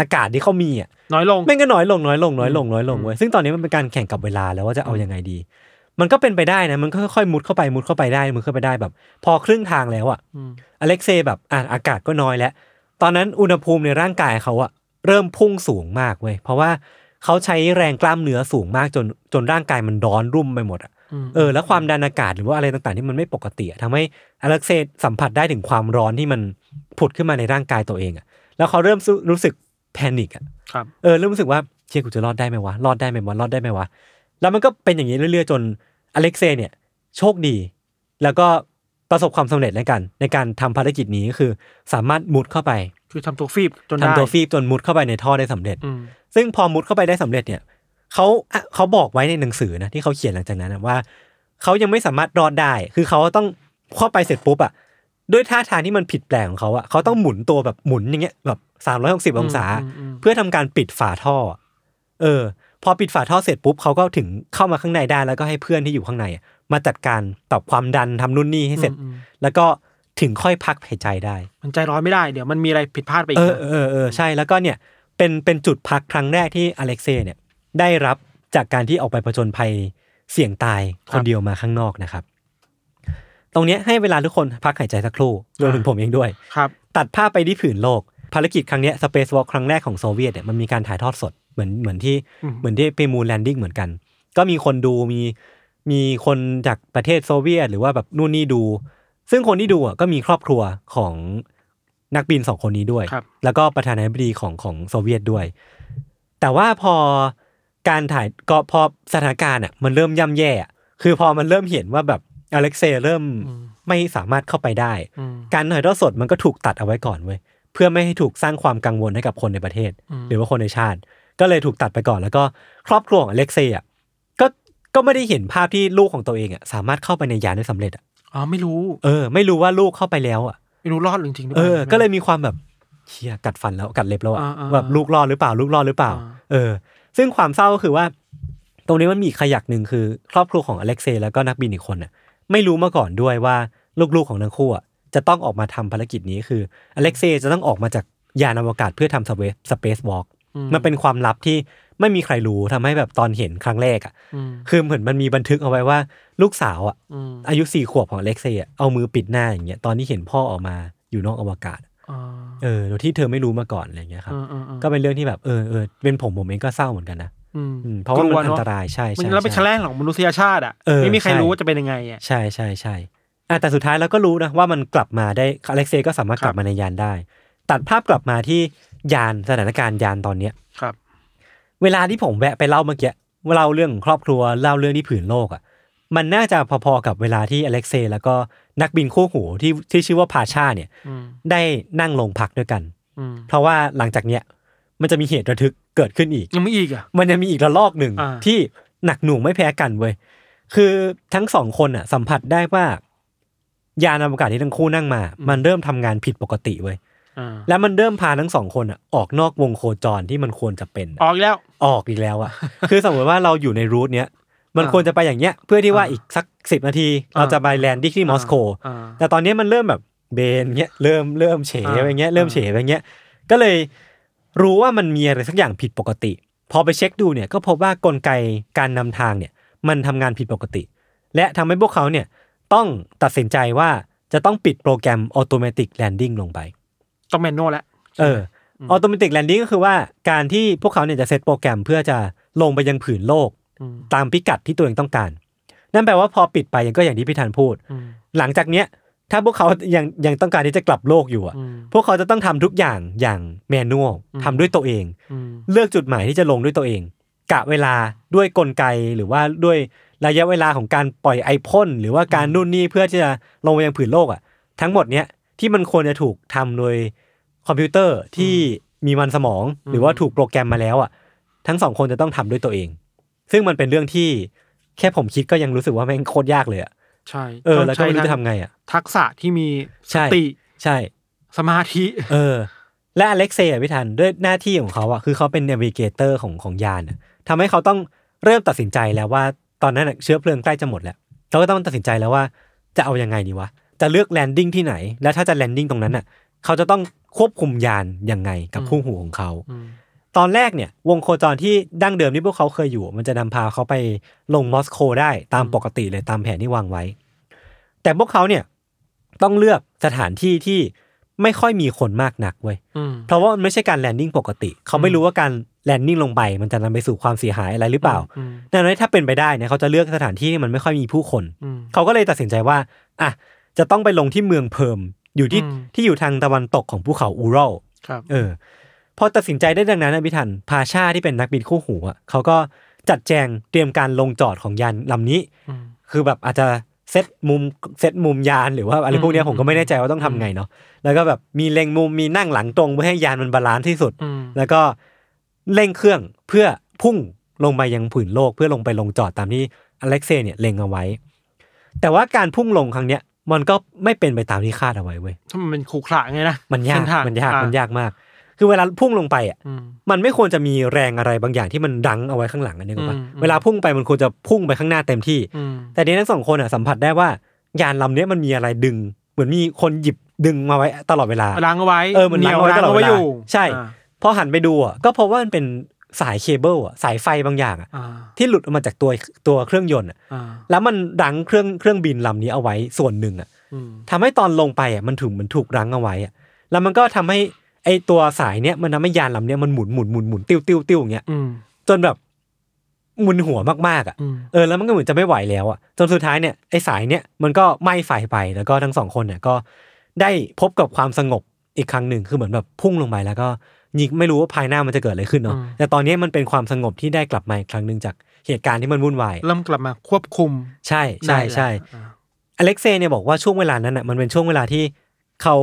Speaker 1: อากาศที่เขามีอะ
Speaker 2: น้อยลง
Speaker 1: แม่งก็น้อยลงน้อยลงน้อยลงน้อยลงเว้ยซึ่งตอนนี้มันเป็นการแข่งกับเวลาแล้วว่าจะเอายังไงดี มันก็เป็นไปได้นะ มันก็ค่อยๆมุดเข้าไปมุดเข้าไปได้มุดเข้าไปได้แบบ พอครึ่งทางแล้วอ่ะ
Speaker 2: อืม
Speaker 1: อเล็กเซย์แบบอ่ะอากาศก็น้อยแล้ว ตอนนั้นอุณหภูมิในร่างกายเขาอ่ะเริ่มพุ่งสูงมากเว้ยเพราะว่าเขาใช้แรงกล้ามเนื้อสูงมากจนจนร่างกายมันร้อนรุ่มไปหมดอ่ะ
Speaker 2: ม
Speaker 1: เออแล้วความดันอากาศหรือว่าอะไรต่างๆที่มันไม่ปกติอะทำให้อเล็กเซย์สัมผัสได้ถึงความร้อนที่มันผุดขึ้นมาในร่างกายตัวเองอ่ะแล้วเขาเริ่มรู้สึกแพนิคอ่ะ
Speaker 2: ครับ
Speaker 1: เออเริ่มรู้สึกว่าเชี่ยกูจะรอดได้ไหมวะรอดได้ไหมวะรอดได้ไหมวะแล้วมันก็เป็นอย่างนี้เรื่อยๆ จนอเล็กเซย์เนี่ย โชคดี แล้วก็ประสบความสำเร็จในการในการทำภารกิจนี้ก็คือ สามารถมุดเข้าไป
Speaker 2: คือทำตัวฟีบจน
Speaker 1: ทำ
Speaker 2: ได้
Speaker 1: ตัวฟีบจนมุดเข้าไปในท่อได้สำเร็จ
Speaker 2: อืม
Speaker 1: ซึ่งพอมุดเข้าไปได้สำเร็จเนี่ยเขาอ่ะเขาบอกไว้ในหนังสือนะที่เขาเขียนหลังจากนั้นนะว่าเขายังไม่สามารถรอดได้ คือเขาต้องเข้าไปเสร็จปุ๊บอ่ะ ด้วยท่าทางที่มันผิดแปลกของเขาอะเขาต้องหมุนตัวแบบหมุนอย่างเงี้ยแบบสามร้อยหกสิบ360 องศา เพื่อทำการปิดฝาท่อ เออ พอปิดฝาท่อเสร็จปุ๊บเขาก็ถึงเข้ามาข้างในได้แล้วก็ให้เพื่อนที่อยู่ข้างในอะมาจัดการตอบความดันทำนู่นนี่ให้เสร็จ แล้วก็ถึงค่อยพักหายใจได้
Speaker 2: มันใจร้อนไม่ได้เดี๋ยวมันมีอะไรผิดพลาดไปอี
Speaker 1: เอก อ
Speaker 2: นะ
Speaker 1: เออเออใช่แล้วก็เนี่ยเป็นเป็นจุดพักครั้งแรกที่อเล็กเซ่เนี่ย ได้รับจากการที่ออกไปผจญภัยเสี่ยงตายคนเดียวมาข้างนอกนะครับ ตรงเนี้ยให้เวลาทุกคนพักหายใจสักครู่รวมถึงผมเองด้วย
Speaker 2: ครับ
Speaker 1: ตัดภาพไปที่ผืนโลก ภารกิจครั้งเนี้สเปซวอล์ครั้งแรกของโซเวียตเนี่ยมันมีการถ่ายทอดสดเหมือนเหมือนที่
Speaker 2: อืม
Speaker 1: เหมือนที่ไปมูนแลนดิ้งเหมือนกัน ก็มีคนดูมีมีคนจากประเทศโซเวียต หรือว่าแบบนู่นนี่ดู ซึ่งคนที่ดูอ่ะก็มีครอบครัวของนักบินสองคนนี้ด้วย
Speaker 2: ครับ
Speaker 1: แล้วก็ประธานาธิบดีของของโซเวียตด้วย แต่ว่าพอการถ่ายก็พอสถานการณ์อ่ะมันเริ่มย่ำแย่อะคือพอมันเริ่มเห็นว่าแบบอเล็กเซย์เริ่มไม่สามารถเข้าไปได้
Speaker 2: อืม
Speaker 1: การถ่ายทอดสดมันก็ถูกตัดเอาไว้ก่อนเว้ยเพื่อไม่ให้ถูกสร้างความกังวลให้กับคนในประเทศ
Speaker 2: อืม
Speaker 1: หรือว่าคนในชาติ ก็เลยถูกตัดไปก่อน แล้วก็ครอบครัวของอเล็กเซย์อ่ะก็ก็ไม่ได้เห็นภาพที่ลูกของตัวเองอ่ะสามารถเข้าไปในยานได้สำเร็จอ่ะ
Speaker 2: อ๋อไม่รู้
Speaker 1: เออไม่รู้ว่าลูกเข้าไปแล้วอ่ะ
Speaker 2: ไม่รู้รอดหรือจริงหรือ
Speaker 1: เอ
Speaker 2: เปล่า
Speaker 1: อ ก็เลยมีความแบบเชียกัดฟันแล้วกัดเล็บแล้วอะ
Speaker 2: อ่าอ่า
Speaker 1: แบบลูกรอดหรือเปล่าลูกรอดหรือเปล่า
Speaker 2: อ่า
Speaker 1: เออ ซึ่งความเศร้าก็คือว่า ตรงนี้มันมีอีกขยักหนึ่งคือ ครอบครัวของอเล็กเซย์แล้วก็นักบินอีกคนน่ะ ไม่รู้มาก่อนด้วยว่าลูกๆของทั้งคู่อะจะต้องออกมาทำภารกิจนี้คืออเล็กเซย์จะต้องออกมาจากยานอวกาศเพื่อทำสเปซสเปซวอล์กมันเป็นความลับที่ไม่มีใครรู้ทำให้แบบตอนเห็นครั้งแรกอ่ะ
Speaker 2: อืม
Speaker 1: คือเหมือนมันมีบันทึกเอาไว้ว่าลูกสาวอ่ะ
Speaker 2: อืม
Speaker 1: อายุสี่ขวบของอเล็กเซย์อะเอามือปิดหน้าอย่างเงี้ยตอนที่เห็นพ่อออกมาอยู่นอกอวกาศ
Speaker 2: อ๋อ
Speaker 1: เออโดยที่เธอไม่รู้มาก่อนอะไรอย่างเงี้ยครับ
Speaker 2: อืมอืมอืม
Speaker 1: ก็เป็นเรื่องที่แบบเออเออเป็นผมผมเองก็เศร้าเหมือนกันนะ
Speaker 2: อืม
Speaker 1: อืมเพราะว่ามันอันตรายใช่
Speaker 2: มัน
Speaker 1: ใช่
Speaker 2: แล้วเป็นครั้ง
Speaker 1: ใช่
Speaker 2: แรกของมนุษยชาติอ่ะ
Speaker 1: เออ
Speaker 2: ไม่มีใคร
Speaker 1: ใช่
Speaker 2: รู้ว่าจะเป็นยังไงอ่ะ
Speaker 1: ใช่ใช่ใช่อ่ะแต่สุดท้ายเราก็รู้นะว่ามันกลับมาได้อเล็กเซย์ก็สามารถ
Speaker 2: ครับ
Speaker 1: กลับมาในยานได้ ตัดภาพกลับมาที่ยานสถานการณ์ยานตอนเนี้ย
Speaker 2: ครับ
Speaker 1: เวลาที่ผมแวะไปเล่าเมื่อกี้เล่าเรื่องของครอบครัวเล่าเรื่องที่ผืนโลกอ่ะมันน่าจะพอๆกับเวลาที่อเล็กเซย์แล้วก็นักบินคู่หูที่ที่ชื่อว่าพาชาเนี่ย
Speaker 2: อืม
Speaker 1: ได้นั่งลงพักด้วยกัน
Speaker 2: อืม
Speaker 1: เพราะว่าหลังจากเนี้ยมันจะมีเหตุระทึกเกิดขึ้นอีก
Speaker 2: ยังไม่อีกอ่ะ
Speaker 1: มันยังมีอีกระลอกหนึ่ง
Speaker 2: อ่า
Speaker 1: ที่หนักหน่วงไม่แพ้กันเว้ย คือทั้งสองคนอ่ะ สัมผัสได้ว่า ยานอวกาศที่ทั้งคู่นั่งมา มันเริ่มทำงานผิดปกติเว้ย
Speaker 2: อ่า
Speaker 1: แล้วมันเริ่มพาทั้งสองคนอ่ะออกนอกวงโคจรที่มันควรจะเป็นอะ
Speaker 2: ออกอีกแล้ว
Speaker 1: ออกอีกแล้วอ่ะ คือสมมติว่าเราอยู่ในรูทเนี้ย มันควรจะไปอย่างเนี้ย เพื่อที่ว่าอีกสักสิบนาที เราจะไปแลนดิ้งที่มอสโก
Speaker 2: อ่า
Speaker 1: แต่ตอนนี้มันเริ่มแบบเบนเงี้ยเริ่มเริ่มเฉ
Speaker 2: อ่า
Speaker 1: ไปเงี้ยเริ่ม
Speaker 2: อ่า
Speaker 1: เฉไปเงี้ยก็เลยรู้ว่ามันมีอะไรสักอย่างผิดปกติ พอไปเช็คดูเนี่ยก็พบว่ากลไกการนำทางเนี่ยมันทำงานผิดปกติ และทำให้พวกเขาเนี่ยต้องตัดสินใจว่าจะต้องปิดโปรแกรมอ u โ o เมติกแลนดิ้งลงไป
Speaker 2: ต้องแมนนวลแล้ว
Speaker 1: เออออโตเมติกแลนดิ้งก็คือว่าการที่พวกเขาเนี่ยจะเซตโปรแกรมเพื่อจะลงไปยังผืนโลก
Speaker 2: อืม
Speaker 1: ตามพิกัดที่ตัวเองต้องการ นั่นแปลว่าพอปิดไปยังก็อย่างที่พี่ธันพูด
Speaker 2: อืม
Speaker 1: หลังจากเนี้ยถ้าพวกเขายังยังต้องการที่จะกลับโลกอยู่อะ
Speaker 2: อืม
Speaker 1: พวกเขาจะต้องทำทุกอย่างอย่างแมนนวล
Speaker 2: อืม
Speaker 1: ทำด้วยตัวเอง
Speaker 2: อืม
Speaker 1: เลือกจุดหมายที่จะลงด้วยตัวเอง กะเวลาด้วยกลไกหรือว่าด้วยระยะเวลาของการปล่อยไอพ่นหรือว่าการนู่นนี่เพื่อที่จะลงไปยังผืนโลกอะทั้งหมดเนี้ยที่มันควรจะถูกทำโดยคอมพิวเตอร์ที่มีมันสมอง หรือว่าถูกโปรแกรมมาแล้วอะทั้งสองคนจะต้องทำด้วยตัวเอง ซึ่งมันเป็นเรื่องที่แค่ผมคิดก็ยังรู้สึกว่าแม่งโคตรยากเลยอะ
Speaker 2: ใช่
Speaker 1: เออแล้วก็ไม่รู้จะทำไงอะ
Speaker 2: ทักษะที่มีส
Speaker 1: ใช่
Speaker 2: ติ
Speaker 1: ใช่
Speaker 2: สมาธิ
Speaker 1: เออ และอเล็กเซ่พี่ทันด้วยหน้าที่ของเขาอะคือเขาเป็นเนวิเกเตอร์ของของยานอะทำให้เขาต้องเริ่มตัดสินใจแล้วว่าตอนนั้นอะเชื้อเพลิงใกล้จะหมดแล้วเขาก็ต้องตัดสินใจแล้วว่าจะเอายังไงดีวะ จะเลือกแลนดิ้งที่ไหน และถ้าจะแลนดิ้งตรงนั้นอะเขาจะต้องควบคุมยานยังไงกับคู่หูของเขา
Speaker 2: อืม
Speaker 1: ตอนแรกเนี่ยวงโคจรที่ดั้งเดิมที่พวกเขาเคยอยู่ มันจะนำพาเขาไปลงมอสโกได้ตามปกติเลยตามแผนที่วางไว้ แต่พวกเขาเนี่ยต้องเลือกสถานที่ที่ไม่ค่อยมีคนมากนักเว้ย
Speaker 2: อืม
Speaker 1: เพราะว่ามันไม่ใช่การแลนดิ้งปกติ เขาไม่รู้ว่าการแลนดิ้งลงไป มันจะนำไปสู่ความเสียหายอะไรหรือเปล่า
Speaker 2: อืม
Speaker 1: ดังนั้นถ้าเป็นไปได้เนี่ยเขาจะเลือกสถานที่ที่มันไม่ค่อยมีผู้คน
Speaker 2: อืม
Speaker 1: เขาก็เลยตัดสินใจว่าอ่ะจะต้องไปลงที่เมืองเพิร์มอยู่ที่
Speaker 2: อืม
Speaker 1: ที่อยู่ทางตะวันตกของภูเขาอูรัล
Speaker 2: ครับ
Speaker 1: เออพอตัดสินใจได้ดังนั้นนะพี่ทันพาชาที่เป็นนักบินคู่หูอ่ะเขาก็จัดแจงเตรียมการลงจอดของยานลำนี้
Speaker 2: อืม
Speaker 1: คือแบบอาจจะเซตมุมเซตมุมยานหรือว่าอะไรพวกเนี้ยผมก็ไม่แน่ใจว่าต้องทำไงเนาะแล้วก็แบบมีเล็งมุมมีนั่งหลังตรงเพื่อให้ยานมันบาลานซ์ที่สุด
Speaker 2: อืม
Speaker 1: แล้วก็เร่งเครื่องเพื่อพุ่งลงไปยังผืนโลกเพื่อลงไปลงจอดตามที่อเล็กเซ่เนี่ยเล็งเอาไว้ แต่ว่าการพุ่งลงครั้งเนี้ย มันก็ไม่เป็นไปตามที่คาดเอาไว้เว้ย
Speaker 2: ถ้ามันเป็นขรุขระไงนะ
Speaker 1: มันยาก
Speaker 2: เส้ทง
Speaker 1: มันยาก
Speaker 2: อ่ะ
Speaker 1: มันยากมาก คือเวลาพุ่งลงไปอ่ะ
Speaker 2: อืม
Speaker 1: มันไม่ควรจะมีแรงอะไรบางอย่างที่มันดังเอาไว้ข้างหลังอันนี้ป่ะ
Speaker 2: อืม
Speaker 1: เวลาพุ่งไปมันควรจะพุ่งไปข้างหน้าเต็มที่
Speaker 2: อืม
Speaker 1: แต่ทีนี้ทั้งสองคนอ่ะสัมผัสได้ว่ายานลำเนี้ยมันมีอะไรดึง เหมือนมีคนหยิบดึงมาไว้ตลอดเวลา
Speaker 2: ล้างเอาไว้
Speaker 1: เออมัน
Speaker 2: ห
Speaker 1: ล้างเอาไว้
Speaker 2: ย
Speaker 1: ตลอดเวลา
Speaker 2: ยู่
Speaker 1: ใช่
Speaker 2: อ่ะ
Speaker 1: พอหันไปดูอ่ะก็พบว่ามันเป็นสายเคเบิลอ่ะสายไฟบางอย่างอ่ะ
Speaker 2: อ่า
Speaker 1: ที่หลุดออกมาจากตัวตัวเครื่องยนต์อ่ะ
Speaker 2: อ่า
Speaker 1: แล้วมันดังเครื่องเครื่องบินลำนี้เอาไว้ส่วนหนึ่งอ่ะ
Speaker 2: อืม
Speaker 1: ทำให้ตอนลงไปอ่ะมันถูกเหมันถูกรั้งเอาไว้อ่ะแล้วมันก็ทำให้ไอตัวสายเนี้ยมันทำให้ยานลำเนี้ยมันหมุนหมุนหมุนหมุนติ้วติ้วติ้วอย่างเงี้ย
Speaker 2: อืม
Speaker 1: จนแบบมึนหัวมากๆอ่ะ
Speaker 2: อืม
Speaker 1: เออแล้วมันก็เหมือนจะไม่ไหวแล้วอ่ะจนสุดท้ายเนี่ยไอสายเนี้ยมันก็ไหม้ไฟไปแล้วก็ทั้งสองคนเนี่ยก็ได้พบกับความสงบอีกครั้งหนึ่งคือเหมือนแบบพุ่งลงไปแล้วก็ยิงไม่รู้ว่าภายหน้ามันจะเกิดอะไรขึ้นเนาะแต่ตอนนี้มันเป็นความสงบที่ได้กลับมาอีกครั้งหนึ่งจากเหตุการณ์ที่มันวุ่นวาย
Speaker 2: เริ่มกลับมาควบคุม
Speaker 1: ใช่ใช่
Speaker 2: ได้แล้ว
Speaker 1: ใช่
Speaker 2: อ่ะ
Speaker 1: อเล็กเซย์เนี่ยบอกว่าช่วงเวลานั้นอ่ะมันเป็นช่วงเวลาที่เขา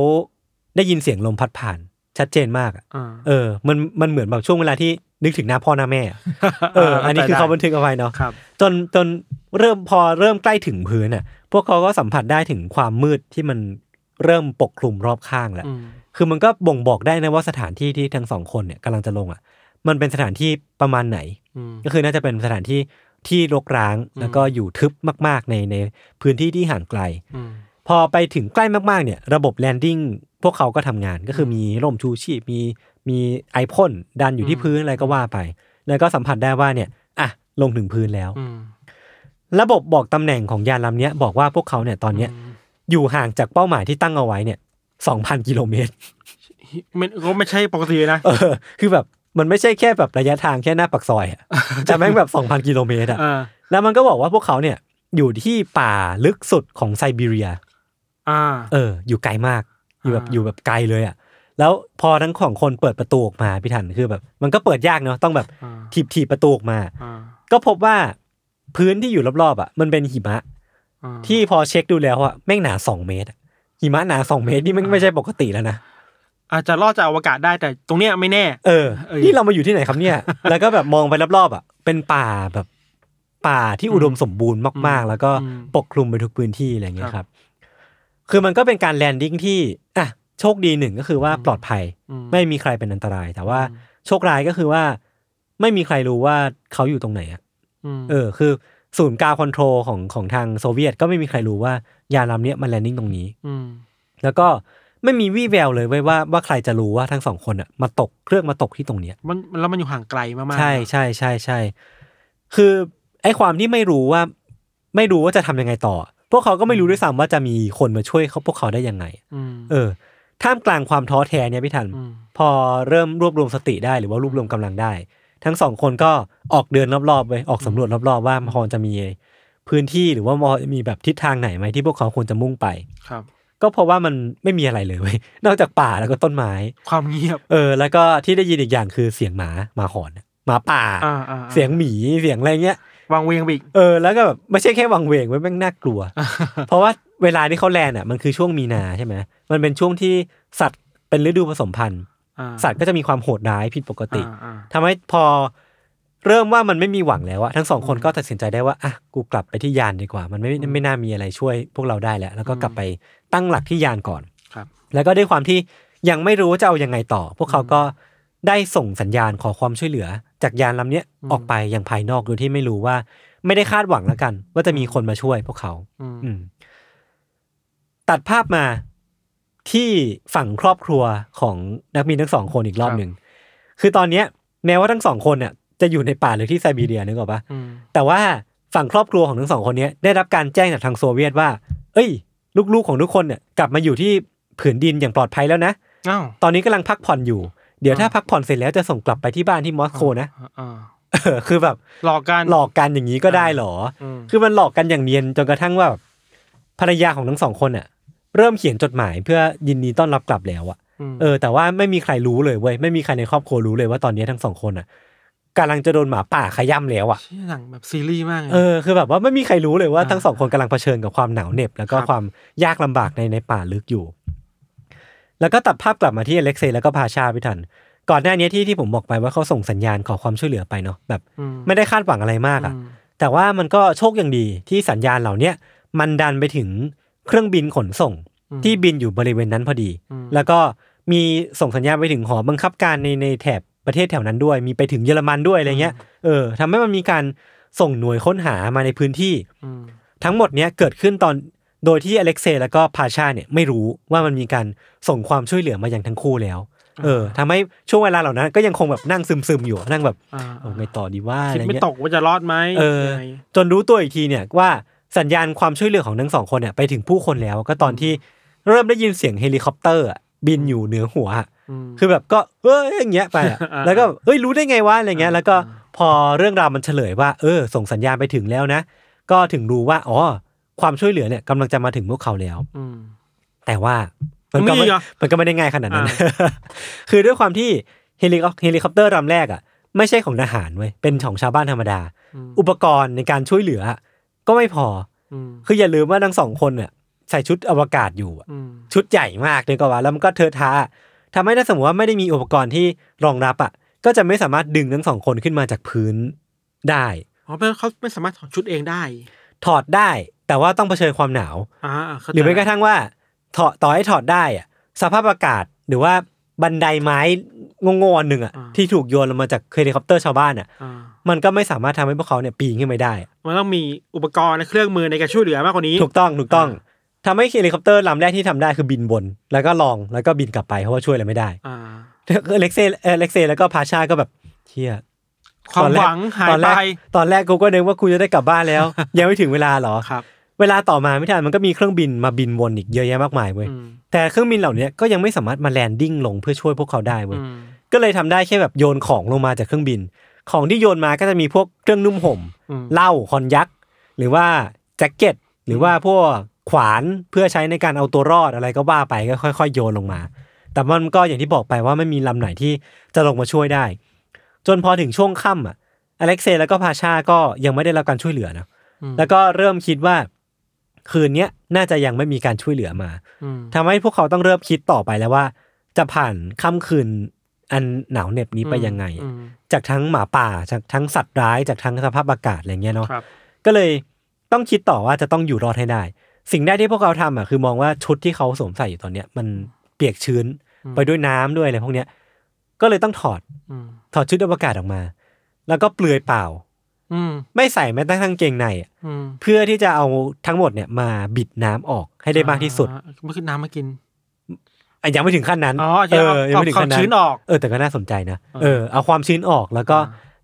Speaker 1: ได้ยินเสียงลมพัดผ่าน ชัดเจนมากอะ
Speaker 2: อ่า
Speaker 1: เออ มันมันเหมือนแบบช่วงเวลาที่นึกถึงหน้าพ่อหน้าแม่อะเออ อันนี้คือเขาบันทึกเอาไว้เนาะ
Speaker 2: ครับ
Speaker 1: จนจนเริ่มพอเริ่มใกล้ถึงพื้นอ่ะ พวกเขาก็สัมผัสได้ถึงความมืดที่มันเริ่มปกคลุมรอบข้างแล้ว
Speaker 2: อืม
Speaker 1: คือมันก็บ่งบอกได้นะว่าสถานที่ที่ทั้งสองคนเนี่ยกำลังจะลงอ่ะ มันเป็นสถานที่ประมาณไหน
Speaker 2: อืม
Speaker 1: ก็คือน่าจะเป็นสถานที่ที่รกร้างแล้วก็อยู่ทึบมาก ๆ ในในพื้นที่ที่ห่างไกล
Speaker 2: อืม
Speaker 1: พอไปถึงใกล้มาก ๆ เนี่ยระบบแลนดิ้งพวกเขาก็ทำงานก็คือมีร่มชูชีพมีมีไอพ่นดันอยู่ที่พื้นอะไรก็ว่าไป แล้วก็สัมผัสได้ว่าเนี่ยอ่ะลงถึงพื้นแล้ว
Speaker 2: อืม
Speaker 1: ระบบบอกตำแหน่งของยานลำเนี้ยบอกว่าพวกเขาเนี่ยตอนเนี้ยอยู่ห่างจากเป้าหมายที่ตั้งเอาไว้เนี่ยสองพันกิโลเมตร
Speaker 2: มันก็ไม่ใช่ปกตินะ
Speaker 1: เออคือแบบมันไม่ใช่แค่แบบระยะทางแค่หน้าปากซอยอะแต่แม่งแบบสองพันกิโลเมตรอะ
Speaker 2: อ่า
Speaker 1: แล้วมันก็บอกว่าพวกเขาเนี่ยอยู่ที่ป่าลึกสุดของไซบีเรีย
Speaker 2: อ่า
Speaker 1: เอออยู่ไกลมากอยู่แบบ
Speaker 2: อ่า
Speaker 1: อยู่แบบไกลเลยอ่ะแล้วพอทั้งของคนเปิดประตูออกมาพี่ทันคือแบบ มันก็เปิดยากเนาะต้องแบบ
Speaker 2: อ่า
Speaker 1: ถีบถีบประตูออกมา
Speaker 2: อ่า
Speaker 1: ก็พบว่าพื้นที่อยู่รอบๆอ่ะมันเป็นหิมะ
Speaker 2: อ่า
Speaker 1: ที่พอเช็คดูแล้วอ่ะแม่งหนาสองเมตรอะหิมะหนาสองเมตรนี่แม่งไม่ใช่ปกติแล้วนะ
Speaker 2: อาจจะรอดจากอวกาศได้แต่ตรงเนี้ยไม่แน่
Speaker 1: เออ
Speaker 2: เอ้ย
Speaker 1: นี่เรามาอยู่ที่ไหนครับเนี่ย แล้วก็แบบมองไปรอบๆอ่ะเป็นป่าแบบป่าที่อุดมสมบูรณ์มากๆ แล้วก็ปกคลุมไปทุกพื้นที่อะไรอย่างเงี้ยครับ คือมันก็เป็นการแลนดิ้งที่อ่ะโชคดีหนึ่งก็คือว่าปลอดภัย
Speaker 2: อื
Speaker 1: ไม่มีใครเป็นอันตราย แต่ว่าโชคร้ายก็คือว่า ไม่มีใครรู้ว่าเขาอยู่ตรงไหนอะ
Speaker 2: ม
Speaker 1: เออ คือศูนย์กลางคอนโทรลของของทางโซเวียต ก็ไม่มีใครรู้ว่ายานลำเนี้ยมันแลนดิ้งตรงนี้
Speaker 2: ม
Speaker 1: แล้วก็ไม่มีวี่แววเลยเว้ยว่าว่าใครจะรู้ว่าทั้งสองคนอะมาตกเครื่องมาตกที่ตรงเนี้ย
Speaker 2: มันแล้วมันอยู่ห่างไกลมากๆ
Speaker 1: ใช่ใช่ใช่ใช่ คือไอ้ความที่ไม่รู้ว่า ไม่รู้ว่าจะทำยังไงต่อ พวกเขาก็ไม่รู้ด้วยซ้ำว่าจะมีคนมาช่วยเขาพวกเขาได้ยังไง
Speaker 2: อืม
Speaker 1: เออ ท่ามกลางความท้อแท้เนี่ยพี่ทัน
Speaker 2: อืม
Speaker 1: พอเริ่มรวบรวมสติได้หรือว่ารวบรวมกำลังได้ ทั้งสองคนก็ออกเดินรอบๆไปออกสำรวจรอบๆว่ามันพอจะมีพื้นที่หรือว่าพอจะมีแบบทิศทางไหนไหมที่พวกเขาควรจะมุ่งไป
Speaker 2: ครับ
Speaker 1: ก็เพราะว่ามันไม่มีอะไรเลยเว้ [laughs] ยนอกจากป่าแล้วก็ต้นไม้
Speaker 2: ความเงียบ
Speaker 1: เออ แล้วก็ที่ได้ยินอีกอย่างคือเสียงหมาหมาหอนหมาป่า
Speaker 2: อ่าอ่า
Speaker 1: เสียงหมีเสียงอะไรเงี้ย
Speaker 2: วางเวงไปอีก
Speaker 1: เออแล้วก็แบบไม่ใช่แค่วังเวงไว้ยแม่งน่ากลัว [laughs] เพราะว่าเวลาที่เขาแลนด์อ่ะมันคือช่วงมีนาใช่ไหมมันเป็นช่วงที่สัตว์เป็นฤดูผสมพันธุ์
Speaker 2: อ่า
Speaker 1: สัตว์ก็จะมีความโหดร้ายผิดปกติ
Speaker 2: อ่าอ่า
Speaker 1: ทำให้พอเริ่มว่ามันไม่มีหวังแล้วอะทั้งสองคนก็ตัดสินใจได้ว่าอ่ะกูกลับไปที่ยานดีกว่า มันไม่ไม่น่ามีอะไรช่วยพวกเราได้แล้ว แล้วก็กลับไปตั้งหลักที่ยานก่อน
Speaker 2: ครับ
Speaker 1: แล้วก็ด้วยความที่ยังไม่รู้ว่าจะเอายังไงต่อ พวกเขาก็ได้ส่งสัญญาณขอความช่วยเหลือ จากยานลำเนี้ยออกไปอย่างภายนอกโดยที่ไม่รู้ว่า ไม่ได้คาดหวังแล้วกัน ว่าจะมีคนมาช่วยพวกเขา
Speaker 2: อืม
Speaker 1: อืม ตัดภาพมาที่ฝั่งครอบครัวของนักบินทั้งสองคนอีกรอบหนึ่ง คือตอนเนี้ย แม้ว่าทั้งสองคนเนี่ยจะอยู่ในป่าหรือที่ไซบีเรียนึกออกปะ
Speaker 2: อืม
Speaker 1: แต่ว่าฝั่งครอบครัวของทั้งสองคนเนี้ยได้รับการแจ้งจากทางโซเวียตว่า เอ้ย ลูกๆของทุกคนเนี่ยกลับมาอยู่ที่ผืนดินอย่างปลอดภัยแล้วนะ
Speaker 2: อ้าว
Speaker 1: ตอนนี้กำลังพักผ่อนอยู่ เดี๋ยวถ้าพักผ่อนเสร็จแล้วจะส่งกลับไปที่บ้านที่มอสโกนะ [laughs]
Speaker 2: อ่า
Speaker 1: เออคือแบบ
Speaker 2: หลอกกัน
Speaker 1: หลอกกันอย่างนี้ก็ได้เหรออ
Speaker 2: อืม
Speaker 1: คือมันหลอกกันอย่างเนียนจนกระทั่งว่าแบบภรรยาของทั้งสองคนอ่ะ เริ่มเขียนจดหมายเพื่อยินดีต้อนรับกลับแล้วอ่ะ
Speaker 2: ม
Speaker 1: เออ แต่ว่าไม่มีใครรู้เลยเว้ย ไม่มีใครในครอบครัวรู้เลยว่าตอนนี้ทั้งสองคนอ่ะกำลังจะโดนหมาป่าขย้ำแล้วอ่ะ
Speaker 2: เชี่ยหนังแบบซีรีส์มากลย
Speaker 1: เออ คือแบบว่าไม่มีใครรู้เลยว่า
Speaker 2: อ่า
Speaker 1: ทั้งสองคนกำลังเผชิญกับความหนาวเหน็บ แล้วก็
Speaker 2: ครับ
Speaker 1: ความยากลำบากในในป่าลึกอยู่ แล้วก็ตัดภาพกลับมาที่อเล็กเซย์แล้วก็พาชาพิทัน ก่อนหน้านี้ที่ที่ผมบอกไปว่าเขาส่งสัญญาณขอความช่วยเหลือไปเนาะแบบ
Speaker 2: อื
Speaker 1: ไม่ได้คาดหวังอะไรมากอ่ะ
Speaker 2: อืม
Speaker 1: แต่ว่ามันก็โชคอย่างดีที่สัญญาณเหล่าเนี้ยมันดันไปถึง เครื่องบินขนส่ง
Speaker 2: อืม
Speaker 1: ที่บินอยู่บริเวณนั้นพอดี
Speaker 2: อืม
Speaker 1: แล้วก็มีส่งสัญญาณไปถึงหอบังคับการในในแถบประเทศแถวนั้นด้วย มีไปถึงเยอรมันด้วยอะไรเงี้ยเออทำให้มันมีการส่งหน่วยค้นหามาในพื้นที่
Speaker 2: อืม
Speaker 1: ทั้งหมดเนี้ยเกิดขึ้นตอนโดยที่อเล็กเซย์แล้วก็พาชาเนี่ยไม่รู้ว่ามันมีการส่งความช่วยเหลือมาอย่างทั้งคู่แล้ว เออทำให้ช่วงเวลาเหล่านั้นก็ยังคงแบบนั่งซึมๆอยู่นั่งแบบ
Speaker 2: อ่า
Speaker 1: เอาไงต่อดีว่าอะ
Speaker 2: คิด
Speaker 1: ไร
Speaker 2: ไม่
Speaker 1: เงี้ย
Speaker 2: ตกว่าจะรอดไหม
Speaker 1: เออ
Speaker 2: ยังไง
Speaker 1: จนรู้ตัวอีกทีเนี่ยว่าสัญญาณความช่วยเหลือของทั้งสองคนเนี่ยไปถึงผู้คนแล้ว ก็ตอนที่เริ่มได้ยินเสียงเฮลิคอปเตอร์อะบินอยู่เหนือหัวอะ
Speaker 2: ม
Speaker 1: คือแบบก็เอ้ยอย่างเงี้ยไปอะ
Speaker 2: อ่า
Speaker 1: แล้วก็เอ้ยรู้ได้ไงวะอะไรเงี้ย แล้วก็พอเรื่องราวมันเฉลยว่า เออ ส่งสัญญาณไปถึงแล้วนะ ก็ถึงรู้ว่าอ๋อความช่วยเหลือเนี่ยกำลังจะมาถึงพวกเขาแล้ว
Speaker 2: อืม
Speaker 1: แต่ว่ามันก็
Speaker 2: มี
Speaker 1: ไม่
Speaker 2: เหรอ
Speaker 1: มันก็ไม่ได้ง่ายขนาดนั้น
Speaker 2: อ่
Speaker 1: [laughs] คือด้วยความที่เฮลิคอปเฮลิคอปเตอร์ลำแรกอ่ะ ไม่ใช่ของทหารเว้ยเป็นของชาวบ้านธรรมดา อุปกรณ์ในการช่วยเหลืออะก็ไม่พอ
Speaker 2: อืม
Speaker 1: คืออย่าลืมว่าทั้งสองคนเนี่ยใส่ชุดอวกาศอยู่อะ
Speaker 2: อืม
Speaker 1: ชุดใหญ่มากเลยก็ว่า แล้วมันก็เทอะทาทำให้ถ้าสมมติว่าไม่ได้มีอุปกรณ์ที่รองรับอ่ะ ก็จะไม่สามารถดึงทั้งสองคนขึ้นมาจากพื้นได้
Speaker 2: อ๋อเพราะเขาไม่สามารถถอดชุดเองได้
Speaker 1: ถอดได้ แต่ว่าต้องเผชิญความหนาว
Speaker 2: อ่าเข้าใจ
Speaker 1: หรือแม้กระทั่งว่าถอดต่อให้ถอดได้อะสภาพอากาศหรือว่าบันไดไม้งงๆอันหนึ่งอ่ะที่ถูกโยนลงมาจากเฮลิคอปเตอร์ชาวบ้านอ่ะ
Speaker 2: อ่า
Speaker 1: มันก็ไม่สามารถทำให้พวกเขาเนี่ยปีนขึ้นไปได้
Speaker 2: มันต้องมีอุปกรณ์และเครื่องมือในการช่วยเหลือมากกว่านี้
Speaker 1: ถูกต้องถูกต้องทำให้เฮลิคอปเตอร์ลำแรกที่ทำได้คือบินบน แล้วก็ลองแล้วก็บินกลับไปเพราะว่าช่วยอะไรไม่ได้
Speaker 2: อ่า
Speaker 1: เล็กเซเล็กเซแล้วก็พาชาก็แบบเที่ย
Speaker 2: ความหวังหาย
Speaker 1: ตอน
Speaker 2: ไป
Speaker 1: แรกตอนแรกกูก็นึกว่ากูจะได้กลับบ้าน
Speaker 2: [laughs]
Speaker 1: แล้ว ยังไม่ถึงเวลาเหรอ
Speaker 2: ครับ
Speaker 1: เวลาต่อมาไม่ทันมันก็มีเครื่องบินมาบินวนอีกเยอะแยะมากมายเว้ย
Speaker 2: อืม
Speaker 1: แต่เครื่องบินเหล่านี้ก็ยังไม่สามารถมาแลนดิ้งลงเพื่อช่วยพวกเขาได้เว้ย
Speaker 2: อืม
Speaker 1: ก็เลยทำได้แค่แบบโยนของลงมาจากเครื่องบิน ของที่โยนมาก็จะมีพวกเครื่องนุ่มห่ม
Speaker 2: อืม
Speaker 1: เหล้าคอนยักหรือว่าแจ็คเก็ต หรือว่าพวกขวานเพื่อใช้ในการเอาตัวรอดอะไรก็ว่าไปก็ค่อย ๆ โยนลงมา แต่มันก็อย่างที่บอกไปว่าไม่มีลำไหนที่จะลงมาช่วยได้ จนพอถึงช่วงค่ำอ่ะอเล็กเซย์แล้วก็พาชาก็ยังไม่ได้รับการช่วยเหลือนะแล้วก็เริ่มคิดว่า คืนเนี้ยน่าจะยังไม่มีการช่วยเหลือมา
Speaker 2: อืม
Speaker 1: ทำให้พวกเขาต้องเริ่มคิดต่อไปแล้วว่า จะผ่านค่ำคืนอันหนาวเหน็บนี้ไปยังไง
Speaker 2: อืม
Speaker 1: จากทั้งหมาป่าจากทั้งสัตว์ร้ายจากทั้งสภาพอากาศอะไรเงี้ยเนาะ
Speaker 2: ครับ
Speaker 1: ก็เลยต้องคิดต่อว่าจะต้องอยู่รอดให้ได้ สิ่งแรกที่พวกเขาทำอ่ะคือมองว่าชุดที่เขาสวมใส่อยู่ตอนเนี้ยมันเปียกชื้นไปด้วยน้ำด้วยอะไรพวกเนี้ยก็เลยต้องถอด
Speaker 2: อืม
Speaker 1: ถอดชุดอวกาศออกมา แล้วก็เปลือยเปล่า
Speaker 2: อืม
Speaker 1: ไม่ใส่แม้แต่กระทั้งเกงในอะ
Speaker 2: อืม
Speaker 1: เพื่อที่จะเอาทั้งหมดเนี่ยมาบิดน้ำออกให้ได้มากที่สุด
Speaker 2: อ่ไม่ขึ้นน้ำมากิน
Speaker 1: อ่ะยังไม่ถึงขั้นนั้น
Speaker 2: อ๋อใช่ครับ
Speaker 1: เยังไม่ถึงขั้น
Speaker 2: เอาความชื้นออก
Speaker 1: เออแต่ก็น่าสนใจนะ
Speaker 2: เออ
Speaker 1: เออเอาความชื้นออกแล้วก็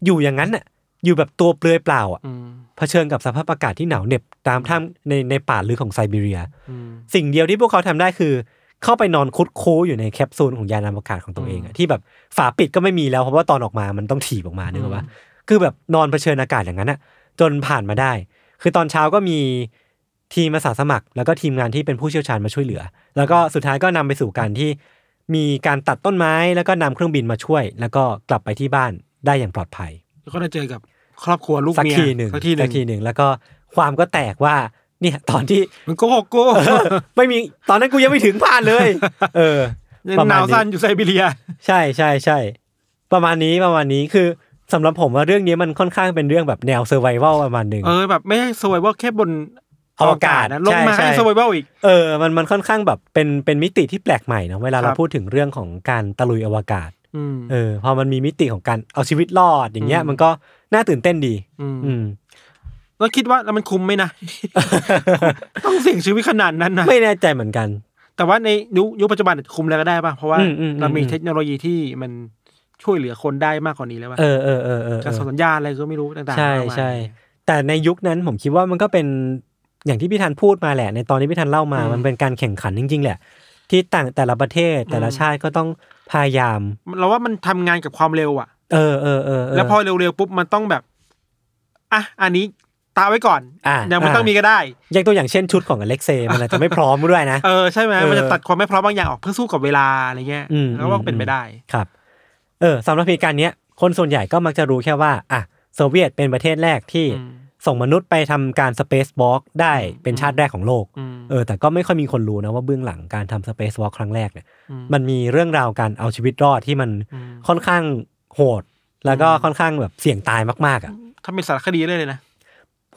Speaker 1: อยู่อย่างนั้นน่ะอยู่แบบตัวเปลือยเปล่าอ่ะ
Speaker 2: อืม
Speaker 1: เผชิญกับสภาพอากาศที่หนาวเหน็บตามท่ามในในป่าลึกของไซบีเรีย
Speaker 2: อืม
Speaker 1: สิ่งเดียวที่พวกเขาทำได้คือ เข้าไปนอนคุดคูอยู่ในแคปซูลของยานอวกาศของตัวเองอะที่แบบฝาปิดก็ไม่มีแล้วเพราะว่าตอนออกมามันต้องถีบออกมาเนกออกปะว่าคือแบบนอนเผชิญอากาศอย่างนั้นอ่ะจนผ่านมาได้ คือตอนเช้าก็มีทีมอาสาสมัคร แล้วก็ทีมงานที่เป็นผู้เชี่ยวชาญมาช่วยเหลือ แล้วก็สุดท้ายก็นำไปสู่การที่มีการตัดต้นไม้แล้วก็นำเครื่องบินมาช่วย แล้วก็กลับไปที่บ้านได้อย่างปลอดภัย
Speaker 2: แล้วก็ได้เจอกับครอบครัวลูก
Speaker 1: สัก
Speaker 2: เมีย
Speaker 1: ทีหนึ่ง
Speaker 2: สักทีหนึ่ง
Speaker 1: แล้วก็ความก็แตกว่าเนี่ยตอนที่
Speaker 2: มันโก็หกกู
Speaker 1: เออ [laughs] ไม่มีตอนนั้นกูยังไม่ถึงผ่าน
Speaker 2: [laughs]
Speaker 1: เลย เออ
Speaker 2: ยัง
Speaker 1: ประ
Speaker 2: ห
Speaker 1: มาณ
Speaker 2: นาว
Speaker 1: นี้
Speaker 2: สั้นอยู่ไซบีเรีย
Speaker 1: ใช่ใช่ใช่ประมาณนี้ประมาณนี้คือสำหรับผมว่าเรื่องนี้มันค่อนข้างเป็นเรื่องแบบแนวเซอร์ไวลประมาณหนึ่ง
Speaker 2: เออแบบไม่ใช่สวยว่าแค่บน
Speaker 1: อวกาศ
Speaker 2: นะลงมา
Speaker 1: ใช่
Speaker 2: ให้
Speaker 1: ใช่
Speaker 2: สวยว่าอีก
Speaker 1: เออมันมันค่อนข้างแบบเป็นเป็นมิติที่แปลกใหม่เนอะเวลาเรา
Speaker 2: ครับ
Speaker 1: พูดถึงเรื่องของการตะลุยอวกาศ
Speaker 2: อืม
Speaker 1: เออพอมันมีมิติของการเอาชีวิตรอดอย่างเงี้ย
Speaker 2: อืม
Speaker 1: มันก็น่าตื่นเต้นดี
Speaker 2: อืม
Speaker 1: อืม
Speaker 2: แล้วคิดว่าแล้วมันคุ้ม
Speaker 1: [laughs]
Speaker 2: ไหมนะ ต้องเสี่ยงชีวิตขนาดนั้นนะ
Speaker 1: ไม่แน่ใจเหมือนกัน
Speaker 2: แต่ว่าในยุคยุคปัจจุบันคุ้มแล้วก็ได้ป่ะเพราะว่า
Speaker 1: อืมอืมอืม
Speaker 2: เรามีเทคโนโลยีที่มันช่วยเหลือคนได้มากกว่านี้แล้วป่ะ
Speaker 1: เออเออเออเออเอ
Speaker 2: การ
Speaker 1: อ
Speaker 2: ส่งสัญญาณอะไรก็ไม่รู้ต่างๆ
Speaker 1: ใช่
Speaker 2: มากมาย
Speaker 1: ใช่แต่ในยุคนั้นผมคิดว่ามันก็เป็นอย่างที่พี่ธันพูดมาแหละ ในตอนที่พี่ธันเล่ามา
Speaker 2: อืม
Speaker 1: มันเป็นการแข่งขันจริง ๆ แหละ ที่ต่างแต่ละประเทศแต่ละชาติก็ต้องพยายาม
Speaker 2: เราว่ามันทำงานกับความเร็วอ่ะ
Speaker 1: เออเออเออเ
Speaker 2: แล้วพอเร็วๆปุ๊บมันต้องแบบ อ่ะ อันนี้ตาไว้ก่อน
Speaker 1: อ่ะ
Speaker 2: ยังไม่
Speaker 1: อ่ะ
Speaker 2: ต้องมีก็ได้
Speaker 1: ยกตัวอย่างเช่นชุดของอเล็กเซมันอาจจะไม่พร้อมด้วยนะ
Speaker 2: เออใช่ไหม
Speaker 1: เออ
Speaker 2: มันจะตัดความไม่พร้อมบางอย่างออกเพื่อสู้กับเวลาอะไรเงี้ย
Speaker 1: อืม
Speaker 2: แล้วว่า
Speaker 1: อืม
Speaker 2: เป็นไปได้
Speaker 1: ครับ เออสำหรับเหตุการณ์เนี้ยคนส่วนใหญ่ก็มักจะรู้แค่ว่าอ่ะโซเวียตเป็นประเทศแรกที่
Speaker 2: อืม
Speaker 1: ส่งมนุษย์ไปทำการสเปซวอล์กได้เป็นชาติแรกของโลก
Speaker 2: อืม
Speaker 1: เออแต่ก็ไม่ค่อยมีคนรู้นะว่าเบื้องหลังการทำสเปซวอล์กครั้งแรกเนี่ย
Speaker 2: อืม
Speaker 1: มันมีเรื่องราวการเอาชีวิตรอดที่มัน
Speaker 2: อืม
Speaker 1: ค่อนข้างโหด แล้วก็ค่อนข้างแบบเสี่ยงตายมากๆอ่ะ
Speaker 2: ถ้าเป็นสารคดีได้เลยนะ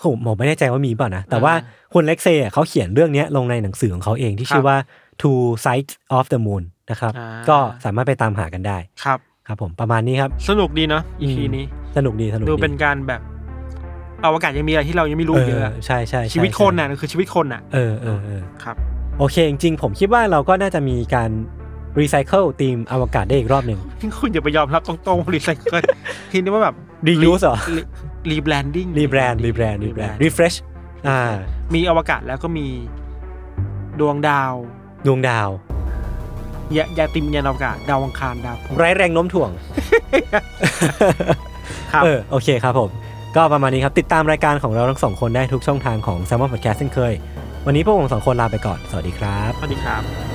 Speaker 1: ผมผมไม่แน่ใจว่ามีเปล่านะ แต่ว่าคุณเล็กเซ่เขาเขียนเรื่องเนี้ยลงในหนังสือของเขาเองที่ชื่อว่า Two Sides of the Moon นะครับ
Speaker 2: อ่า
Speaker 1: ก็สามารถไปตามหากันได้
Speaker 2: ครับ
Speaker 1: ครับผมประมาณนี้ครับ
Speaker 2: สนุกดีเนาะอีพี
Speaker 1: อืม
Speaker 2: นี้
Speaker 1: สนุกดีสนุก
Speaker 2: ดูเป็น
Speaker 1: ดี
Speaker 2: การแบบอวกาศยังมีอะไรที่เรายังไม่รู้
Speaker 1: เอ
Speaker 2: เย
Speaker 1: อ
Speaker 2: อะ
Speaker 1: ใช่ใช่ใ
Speaker 2: ชีวิตคนน่ะมันคือชีวิตคนน่ะ
Speaker 1: เออเออเออ
Speaker 2: ครับ
Speaker 1: โอเค จริงๆ ผมคิดว่าเราก็น่าจะมีการรีไซเคิลธีมอวกาศได้อีกรอบหนึ่ง
Speaker 2: คุณอย่าไปยอมรับต [laughs] รงๆรีไซเคิลทีนี้ว่าแบบ
Speaker 1: Reuse เหรอ
Speaker 2: รีแบรนดิ้ง
Speaker 1: รีแบรนด์รีแบรนด์รีแบรนด์รีเฟรชอ่า
Speaker 2: มีอวกาศแล้วก็มีดวงดาว
Speaker 1: ดวงดาว
Speaker 2: ยะยาติมยานอวกาศดาวอังคารดาวพุธ
Speaker 1: ไร้แรงโน้มถ่วง
Speaker 2: ครับ
Speaker 1: เออโอเคครับผม ก็ประมาณนี้ครับ ติดตามรายการของเราทั้งสองคนได้ทุกช่องทางของ s ซ m o n Podcast เช่นเคย วันนี้พวกผมสองคนลาไปก่อน สวัสดีครับ
Speaker 2: สวัสดีครับ